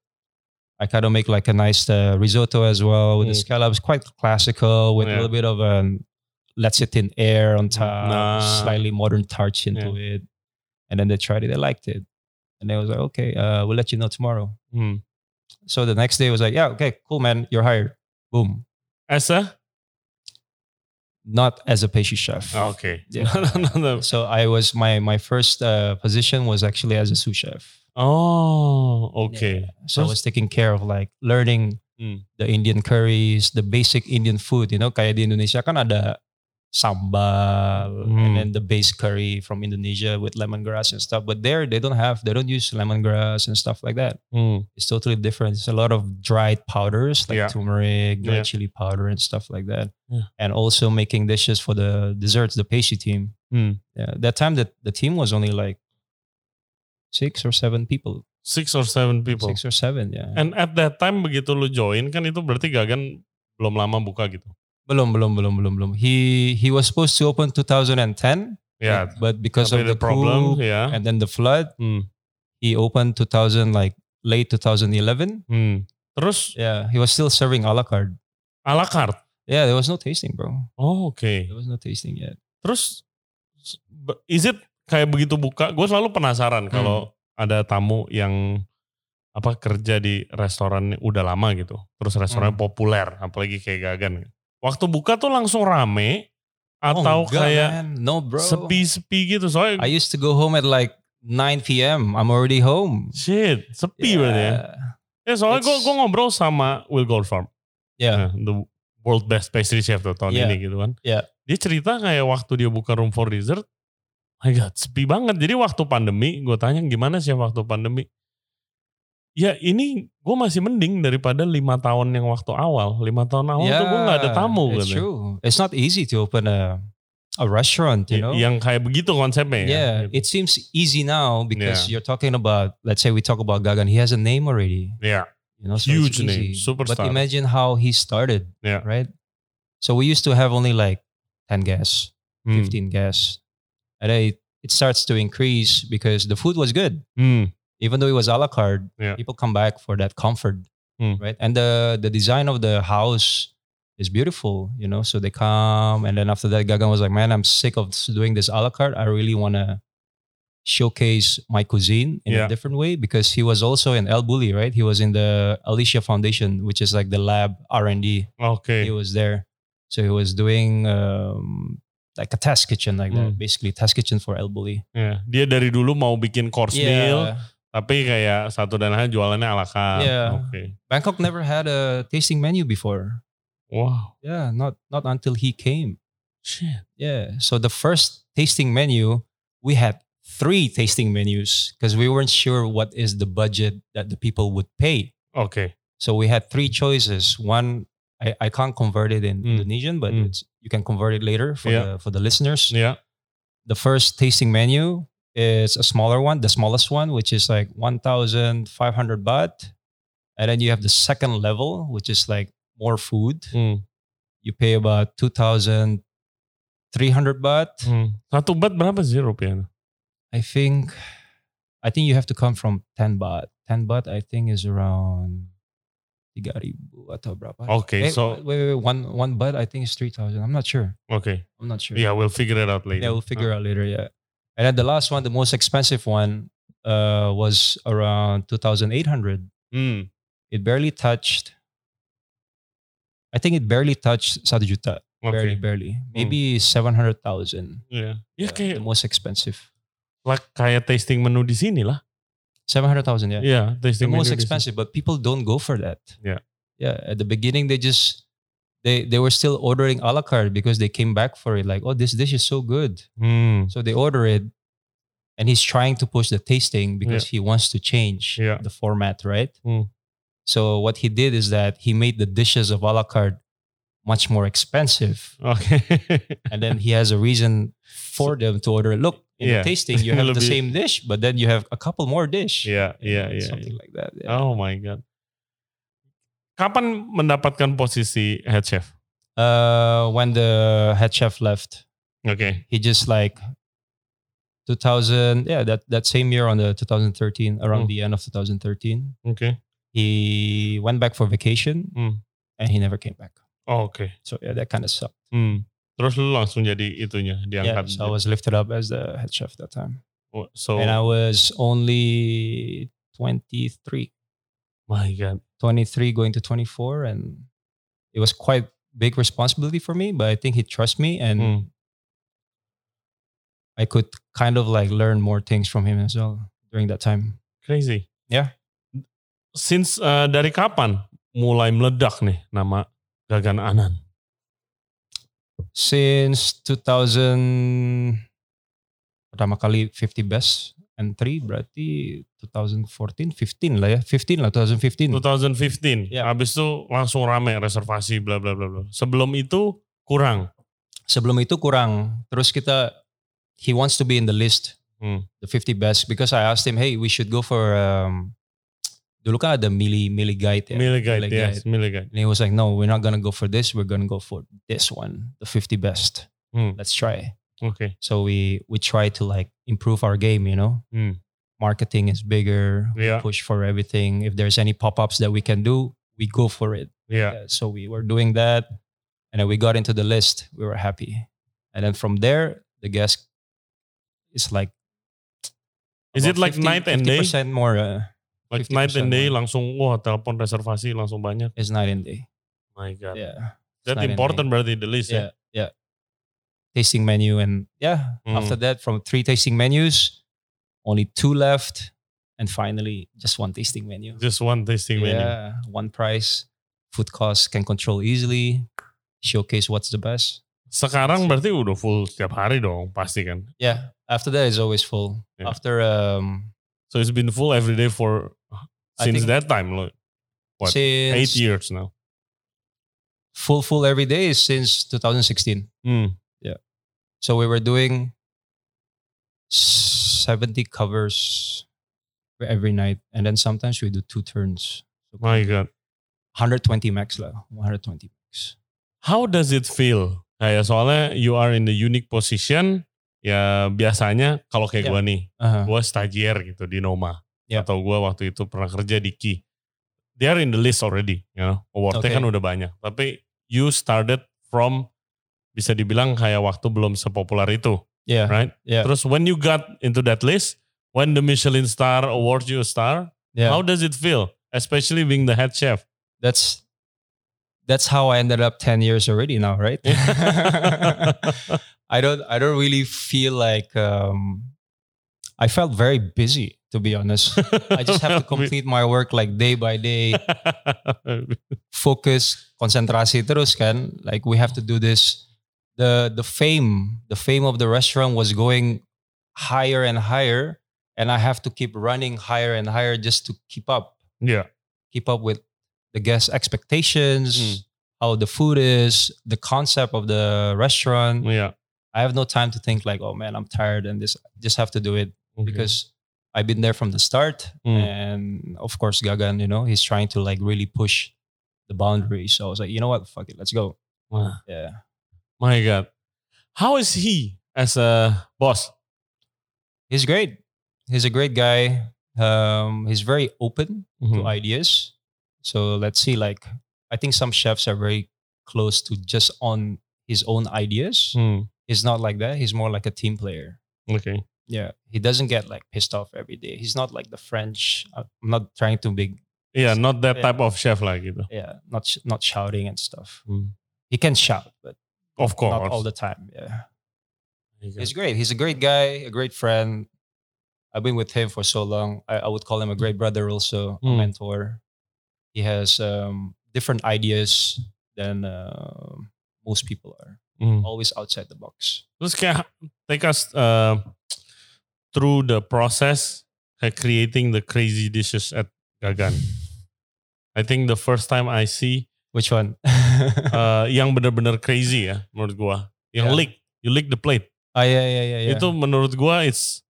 [SPEAKER 2] I kind of make like a nice uh, risotto as well with the
[SPEAKER 1] Mm.
[SPEAKER 2] scallops, quite classical with
[SPEAKER 1] Yeah. Mm.
[SPEAKER 2] a little bit of um, let's it in air on top,
[SPEAKER 1] Nah.
[SPEAKER 2] slightly modern touch into it. And then they tried it. They liked it. And they was like, okay, uh, we'll let you know tomorrow.
[SPEAKER 1] Hmm.
[SPEAKER 2] So the next day was like, yeah, okay, cool, man, you're hired. Boom.
[SPEAKER 1] As a
[SPEAKER 2] Not as a pastry chef.
[SPEAKER 1] Oh, okay.
[SPEAKER 2] Yeah.
[SPEAKER 1] no, no, no, no.
[SPEAKER 2] So I was my my first uh, position was actually as a sous chef.
[SPEAKER 1] Oh, okay.
[SPEAKER 2] So I was taking care of like learning
[SPEAKER 1] Hmm.
[SPEAKER 2] the Indian curries, the basic Indian food. You know, kayak di Indonesia kan ada sambal
[SPEAKER 1] Hmm.
[SPEAKER 2] and then the base curry from Indonesia with lemongrass and stuff. But there they don't have they don't use lemongrass and stuff like that.
[SPEAKER 1] Hmm.
[SPEAKER 2] It's totally different. It's a lot of dried powders like
[SPEAKER 1] Yeah.
[SPEAKER 2] turmeric, dried
[SPEAKER 1] Yeah.
[SPEAKER 2] chili powder, and stuff like that.
[SPEAKER 1] Yeah.
[SPEAKER 2] And also making dishes for the desserts, the pastry team.
[SPEAKER 1] Hmm.
[SPEAKER 2] Yeah, that time that the team was only like six or seven people,
[SPEAKER 1] Six or seven people.
[SPEAKER 2] six or seven. Yeah,
[SPEAKER 1] And at that time begitu lu join kan itu berarti Gagan belum lama buka gitu.
[SPEAKER 2] Belum, belum, belum, belum, belum. He he was supposed to open 2010,
[SPEAKER 1] Ya,
[SPEAKER 2] but because
[SPEAKER 1] tapi
[SPEAKER 2] of
[SPEAKER 1] the
[SPEAKER 2] the,
[SPEAKER 1] problem,
[SPEAKER 2] coup
[SPEAKER 1] ya.
[SPEAKER 2] and then the flood,
[SPEAKER 1] Hmm.
[SPEAKER 2] he opened 2000 like late 2011.
[SPEAKER 1] hmm. Terus
[SPEAKER 2] Yeah, he was still serving a la carte.
[SPEAKER 1] a la carte.
[SPEAKER 2] Yeah, there was no tasting, bro.
[SPEAKER 1] Oh, oke.
[SPEAKER 2] There was no tasting yet.
[SPEAKER 1] Terus s- be- is it kayak begitu buka? Gue selalu penasaran kalau ada tamu yang apa kerja di restoran udah lama gitu. Terus restorannya populer, apalagi kayak Gagan. Waktu buka tuh langsung rame atau
[SPEAKER 2] Oh, enggak,
[SPEAKER 1] kayak
[SPEAKER 2] man. no, bro.
[SPEAKER 1] sepi-sepi gitu.
[SPEAKER 2] I
[SPEAKER 1] Soalnya
[SPEAKER 2] used to go home at like 9 p.m. I'm already home.
[SPEAKER 1] shit, sepi berarti ya.
[SPEAKER 2] Yeah.
[SPEAKER 1] Ya soalnya gue
[SPEAKER 2] It's-
[SPEAKER 1] gue ngobrol sama Will Goldfarb, nah,
[SPEAKER 2] Yeah.
[SPEAKER 1] the world best pastry chef tuh tahun
[SPEAKER 2] Yeah.
[SPEAKER 1] ini gitu kan.
[SPEAKER 2] Yeah.
[SPEAKER 1] Dia cerita kayak waktu dia buka room for dessert, my god sepi banget. Jadi waktu pandemi gue tanya gimana sih waktu pandemi. Ya ini gue masih mending daripada lima tahun yang waktu awal. Lima tahun awal tuh gue nggak ada tamu
[SPEAKER 2] Ya, It's
[SPEAKER 1] katanya.
[SPEAKER 2] true. It's not easy to open a a restaurant, you
[SPEAKER 1] Y-
[SPEAKER 2] know.
[SPEAKER 1] Yang kayak begitu konsepnya. ya,
[SPEAKER 2] yeah,
[SPEAKER 1] gitu.
[SPEAKER 2] it seems easy now because you're talking about let's say we talk about Gagan, he has a name already,
[SPEAKER 1] Ya,
[SPEAKER 2] you know, so it's
[SPEAKER 1] Huge name,
[SPEAKER 2] easy. But
[SPEAKER 1] superstar.
[SPEAKER 2] imagine how he started,
[SPEAKER 1] Yeah.
[SPEAKER 2] right? So we used to have only like 10 guests,
[SPEAKER 1] hmm,
[SPEAKER 2] 15 guests. And then it, it starts to increase because the food was good.
[SPEAKER 1] hmm,
[SPEAKER 2] Even though it was a la carte,
[SPEAKER 1] Yeah.
[SPEAKER 2] people come back for that comfort,
[SPEAKER 1] Hmm.
[SPEAKER 2] right? And the the design of the house is beautiful, you know. So they come, and then after that, Gagan was like, "Man, I'm sick of s- doing this a la carte. I really want to showcase my cuisine in
[SPEAKER 1] Yeah.
[SPEAKER 2] a different way." Because he was also in El Bulli, right? He was in the Alicia Foundation, which is like the lab R and D.
[SPEAKER 1] Oke.
[SPEAKER 2] He was there, so he was doing um, like a test kitchen, like
[SPEAKER 1] Hmm.
[SPEAKER 2] that, basically test kitchen for El Bulli.
[SPEAKER 1] Ya, Dia dari dulu mau bikin course meal, tapi kayak satu dan lain jualannya ala carte.
[SPEAKER 2] Yeah.
[SPEAKER 1] Oke.
[SPEAKER 2] Bangkok never had a tasting menu before.
[SPEAKER 1] Wow.
[SPEAKER 2] Yeah, not not until he came.
[SPEAKER 1] Shit.
[SPEAKER 2] Yeah. So the first tasting menu, we had three tasting menus because we weren't sure what is the budget that the people would pay.
[SPEAKER 1] Oke.
[SPEAKER 2] So we had three choices. One, I, I can't convert it in
[SPEAKER 1] Mm.
[SPEAKER 2] Indonesian, but
[SPEAKER 1] Mm.
[SPEAKER 2] it's, you can convert it later for
[SPEAKER 1] Yeah.
[SPEAKER 2] the for the listeners.
[SPEAKER 1] Ya.
[SPEAKER 2] The first tasting menu is a smaller one, the smallest one, which is like one thousand five hundred baht, and then you have the second level, which is like more food.
[SPEAKER 1] Hmm.
[SPEAKER 2] You pay about two thousand three hundred baht.
[SPEAKER 1] Hmm. Satu bat berapa sih rupiahnya?
[SPEAKER 2] I think I think you have to come from 10 baht. 10 baht I think is around 3000 atau berapa.
[SPEAKER 1] Oke.
[SPEAKER 2] Wait,
[SPEAKER 1] so,
[SPEAKER 2] wait, wait, wait, one one baht I think is 3000. I'm not sure.
[SPEAKER 1] oke.
[SPEAKER 2] I'm not sure.
[SPEAKER 1] Yeah, we'll figure it out later.
[SPEAKER 2] Hmm. Yeah, we'll figure out later, yeah. And then the last one, the most expensive one uh was around 2800.
[SPEAKER 1] Hmm.
[SPEAKER 2] It barely touched I think it barely touched 1 juta.
[SPEAKER 1] Oke.
[SPEAKER 2] Barely, barely. Maybe 700,000.
[SPEAKER 1] Iya. Ya
[SPEAKER 2] uh,
[SPEAKER 1] kayak
[SPEAKER 2] the most expensive.
[SPEAKER 1] like, kayak tasting menu di sini lah.
[SPEAKER 2] 700,000, yeah.
[SPEAKER 1] Iya, tasting
[SPEAKER 2] the
[SPEAKER 1] menu. di
[SPEAKER 2] most
[SPEAKER 1] sini.
[SPEAKER 2] expensive, but people don't go for that.
[SPEAKER 1] Yeah.
[SPEAKER 2] Yeah. At the beginning, they just they they were still ordering a la carte because they came back for it. Like, oh, this dish is so good.
[SPEAKER 1] Hmm.
[SPEAKER 2] So they order it. And he's trying to push the tasting because he wants to change
[SPEAKER 1] Yeah.
[SPEAKER 2] the format, right?
[SPEAKER 1] Mm.
[SPEAKER 2] So what he did is that he made the dishes of a la carte much more expensive.
[SPEAKER 1] Oke.
[SPEAKER 2] and then he has a reason for them to order. Look, in
[SPEAKER 1] Yeah.
[SPEAKER 2] the tasting, you have the
[SPEAKER 1] Lebih-
[SPEAKER 2] same dish, but then you have a couple more dish.
[SPEAKER 1] Iya,
[SPEAKER 2] you
[SPEAKER 1] iya,
[SPEAKER 2] know,
[SPEAKER 1] iya.
[SPEAKER 2] Something like that. yeah.
[SPEAKER 1] Oh my god. Kapan mendapatkan posisi head chef?
[SPEAKER 2] uh, when the head chef left.
[SPEAKER 1] Oke.
[SPEAKER 2] He just like 2000, yeah, that, that same year on the 2013, around
[SPEAKER 1] Mm.
[SPEAKER 2] the end of 2013,
[SPEAKER 1] Oke.
[SPEAKER 2] he went back for vacation
[SPEAKER 1] Mm.
[SPEAKER 2] and he never came back.
[SPEAKER 1] Oh, Oke.
[SPEAKER 2] So yeah, that kind of sucked.
[SPEAKER 1] Hmm. Terus lu langsung jadi itunya
[SPEAKER 2] Yeah,
[SPEAKER 1] diangkat. Oh,
[SPEAKER 2] so I was lifted up as the head chef that time,
[SPEAKER 1] so
[SPEAKER 2] and I was only 23,
[SPEAKER 1] my god.
[SPEAKER 2] 23 going to 24, and it was quite big responsibility for me. But I think he trusts me, and
[SPEAKER 1] Hmm.
[SPEAKER 2] I could kind of like learn more things from him as well during that time.
[SPEAKER 1] Crazy.
[SPEAKER 2] Yeah.
[SPEAKER 1] Since uh, dari kapan mulai meledak nih nama Gagan Anan?
[SPEAKER 2] Since 2000, pertama kali 50 best entry berarti 2014, 15 lah ya, 15 lah 2015.
[SPEAKER 1] 2015.
[SPEAKER 2] Yeah.
[SPEAKER 1] Habis itu langsung rame reservasi bla bla bla bla. Sebelum itu kurang.
[SPEAKER 2] Sebelum itu kurang. Terus kita, he wants to be in the list,
[SPEAKER 1] Hmm.
[SPEAKER 2] the 50 best because I asked him, hey, we should go for um, dulu kan ada mili mili guide ya.
[SPEAKER 1] Millie Guide,
[SPEAKER 2] Millie
[SPEAKER 1] yes,
[SPEAKER 2] Guide.
[SPEAKER 1] Millie Guide.
[SPEAKER 2] And he was like, no, we're not gonna go for this. We're gonna go for this one, the 50 best.
[SPEAKER 1] Hmm,
[SPEAKER 2] Let's try.
[SPEAKER 1] Oke.
[SPEAKER 2] So we we try to like improve our game. You know,
[SPEAKER 1] Hmm.
[SPEAKER 2] marketing is bigger.
[SPEAKER 1] Iya,
[SPEAKER 2] Push for everything. If there's any pop ups that we can do, we go for it.
[SPEAKER 1] iya.
[SPEAKER 2] Yeah, so we were doing that, and then we got into the list. We were happy, and then from there, the guest is like.
[SPEAKER 1] Is it like
[SPEAKER 2] about
[SPEAKER 1] night and day?
[SPEAKER 2] 50% more. Uh,
[SPEAKER 1] Like
[SPEAKER 2] 50%
[SPEAKER 1] night and day
[SPEAKER 2] lah.
[SPEAKER 1] langsung wah telepon reservasi langsung banyak.
[SPEAKER 2] it's night and day.
[SPEAKER 1] My god.
[SPEAKER 2] Yeah. It's
[SPEAKER 1] That
[SPEAKER 2] Ya, night and
[SPEAKER 1] important
[SPEAKER 2] day.
[SPEAKER 1] berarti the list
[SPEAKER 2] Yeah,
[SPEAKER 1] ya.
[SPEAKER 2] yeah. Tasting menu and yeah.
[SPEAKER 1] Mm.
[SPEAKER 2] After that, from three tasting menus, only two left, and finally just one tasting menu.
[SPEAKER 1] Just one tasting menu.
[SPEAKER 2] yeah, one price. Food costs can control easily. Showcase what's the best.
[SPEAKER 1] Sekarang berarti udah full setiap hari dong, pasti kan.
[SPEAKER 2] Yeah. After that, it's always full.
[SPEAKER 1] Yeah.
[SPEAKER 2] After um,
[SPEAKER 1] So it's been full every day for
[SPEAKER 2] I
[SPEAKER 1] since
[SPEAKER 2] think-
[SPEAKER 1] that time loh. What? Eight
[SPEAKER 2] since
[SPEAKER 1] years now.
[SPEAKER 2] full full every day is since 2016.
[SPEAKER 1] Hmm.
[SPEAKER 2] So we were doing 70 covers every night. And then sometimes we do two turns.
[SPEAKER 1] My god.
[SPEAKER 2] 120 max lah. 120 max.
[SPEAKER 1] How does it feel? Kayak soalnya you are in the unique position. Ya biasanya kalau kayak
[SPEAKER 2] Yeah.
[SPEAKER 1] gua nih,
[SPEAKER 2] Uh-huh.
[SPEAKER 1] gue stagiair gitu di Noma
[SPEAKER 2] Yeah.
[SPEAKER 1] atau gue waktu itu pernah kerja di Ki. They are in the list already, you know. Awardnya
[SPEAKER 2] Okay.
[SPEAKER 1] kan udah banyak. Tapi you started from bisa dibilang kayak waktu belum sepopuler itu,
[SPEAKER 2] Yeah.
[SPEAKER 1] right?
[SPEAKER 2] Yeah.
[SPEAKER 1] Terus when you got into that list, when the Michelin star awards you a star,
[SPEAKER 2] Yeah.
[SPEAKER 1] how does it feel? Especially being the head chef.
[SPEAKER 2] that's that's how I ended up 10 years already now, right? I don't I don't really feel like um I felt very busy to be honest. I just have to complete my work like day by day. focus konsentrasi terus kan like we have to do this the the fame the fame of the restaurant was going higher and higher and i have to keep running higher and higher just to keep up
[SPEAKER 1] yeah.
[SPEAKER 2] keep up with the guest expectations
[SPEAKER 1] Mm.
[SPEAKER 2] how the food is the concept of the restaurant
[SPEAKER 1] Yeah.
[SPEAKER 2] i have no time to think like oh man i'm tired and this just have to do it
[SPEAKER 1] Mm-hmm.
[SPEAKER 2] because I've been there from the start.
[SPEAKER 1] Mm.
[SPEAKER 2] And of course, Gagan, you know, he's trying to like really push the boundaries. So I was like, you know what? Fuck it. Let's go.
[SPEAKER 1] Wah.
[SPEAKER 2] Yeah.
[SPEAKER 1] My God. How is he as a boss?
[SPEAKER 2] He's great. He's a great guy. Um, he's very open
[SPEAKER 1] Mm-hmm.
[SPEAKER 2] to ideas. So let's see. Like, I think some chefs are very close to just on his own ideas.
[SPEAKER 1] Hmm,
[SPEAKER 2] He's not like that. He's more like a team player.
[SPEAKER 1] Okay.
[SPEAKER 2] Yeah. He doesn't get like pissed off every day. He's not like the French. uh, I'm not trying to be,
[SPEAKER 1] Yeah, not that
[SPEAKER 2] Yeah.
[SPEAKER 1] type of chef lah gitu.
[SPEAKER 2] yeah, not, sh- not shouting and stuff.
[SPEAKER 1] Hmm.
[SPEAKER 2] He can shout, but
[SPEAKER 1] Of course.
[SPEAKER 2] not all the time. Yeah.
[SPEAKER 1] Okay.
[SPEAKER 2] He's great. He's a great guy, a great friend. I've been with him for so long. I, I would call him a great brother, also a
[SPEAKER 1] Mm.
[SPEAKER 2] mentor. He has um, different ideas than uh, most people are.
[SPEAKER 1] Hmm.
[SPEAKER 2] Always outside the box.
[SPEAKER 1] Terus kayak take us uh, through the process kayak creating the crazy dishes at Gagan. I think the first time I see
[SPEAKER 2] Which one?
[SPEAKER 1] uh, yang bener-bener crazy ya menurut gua. Yang
[SPEAKER 2] Yeah.
[SPEAKER 1] lick, you lick the plate.
[SPEAKER 2] oh yeah, yeah, yeah, yeah.
[SPEAKER 1] Itu menurut gua it's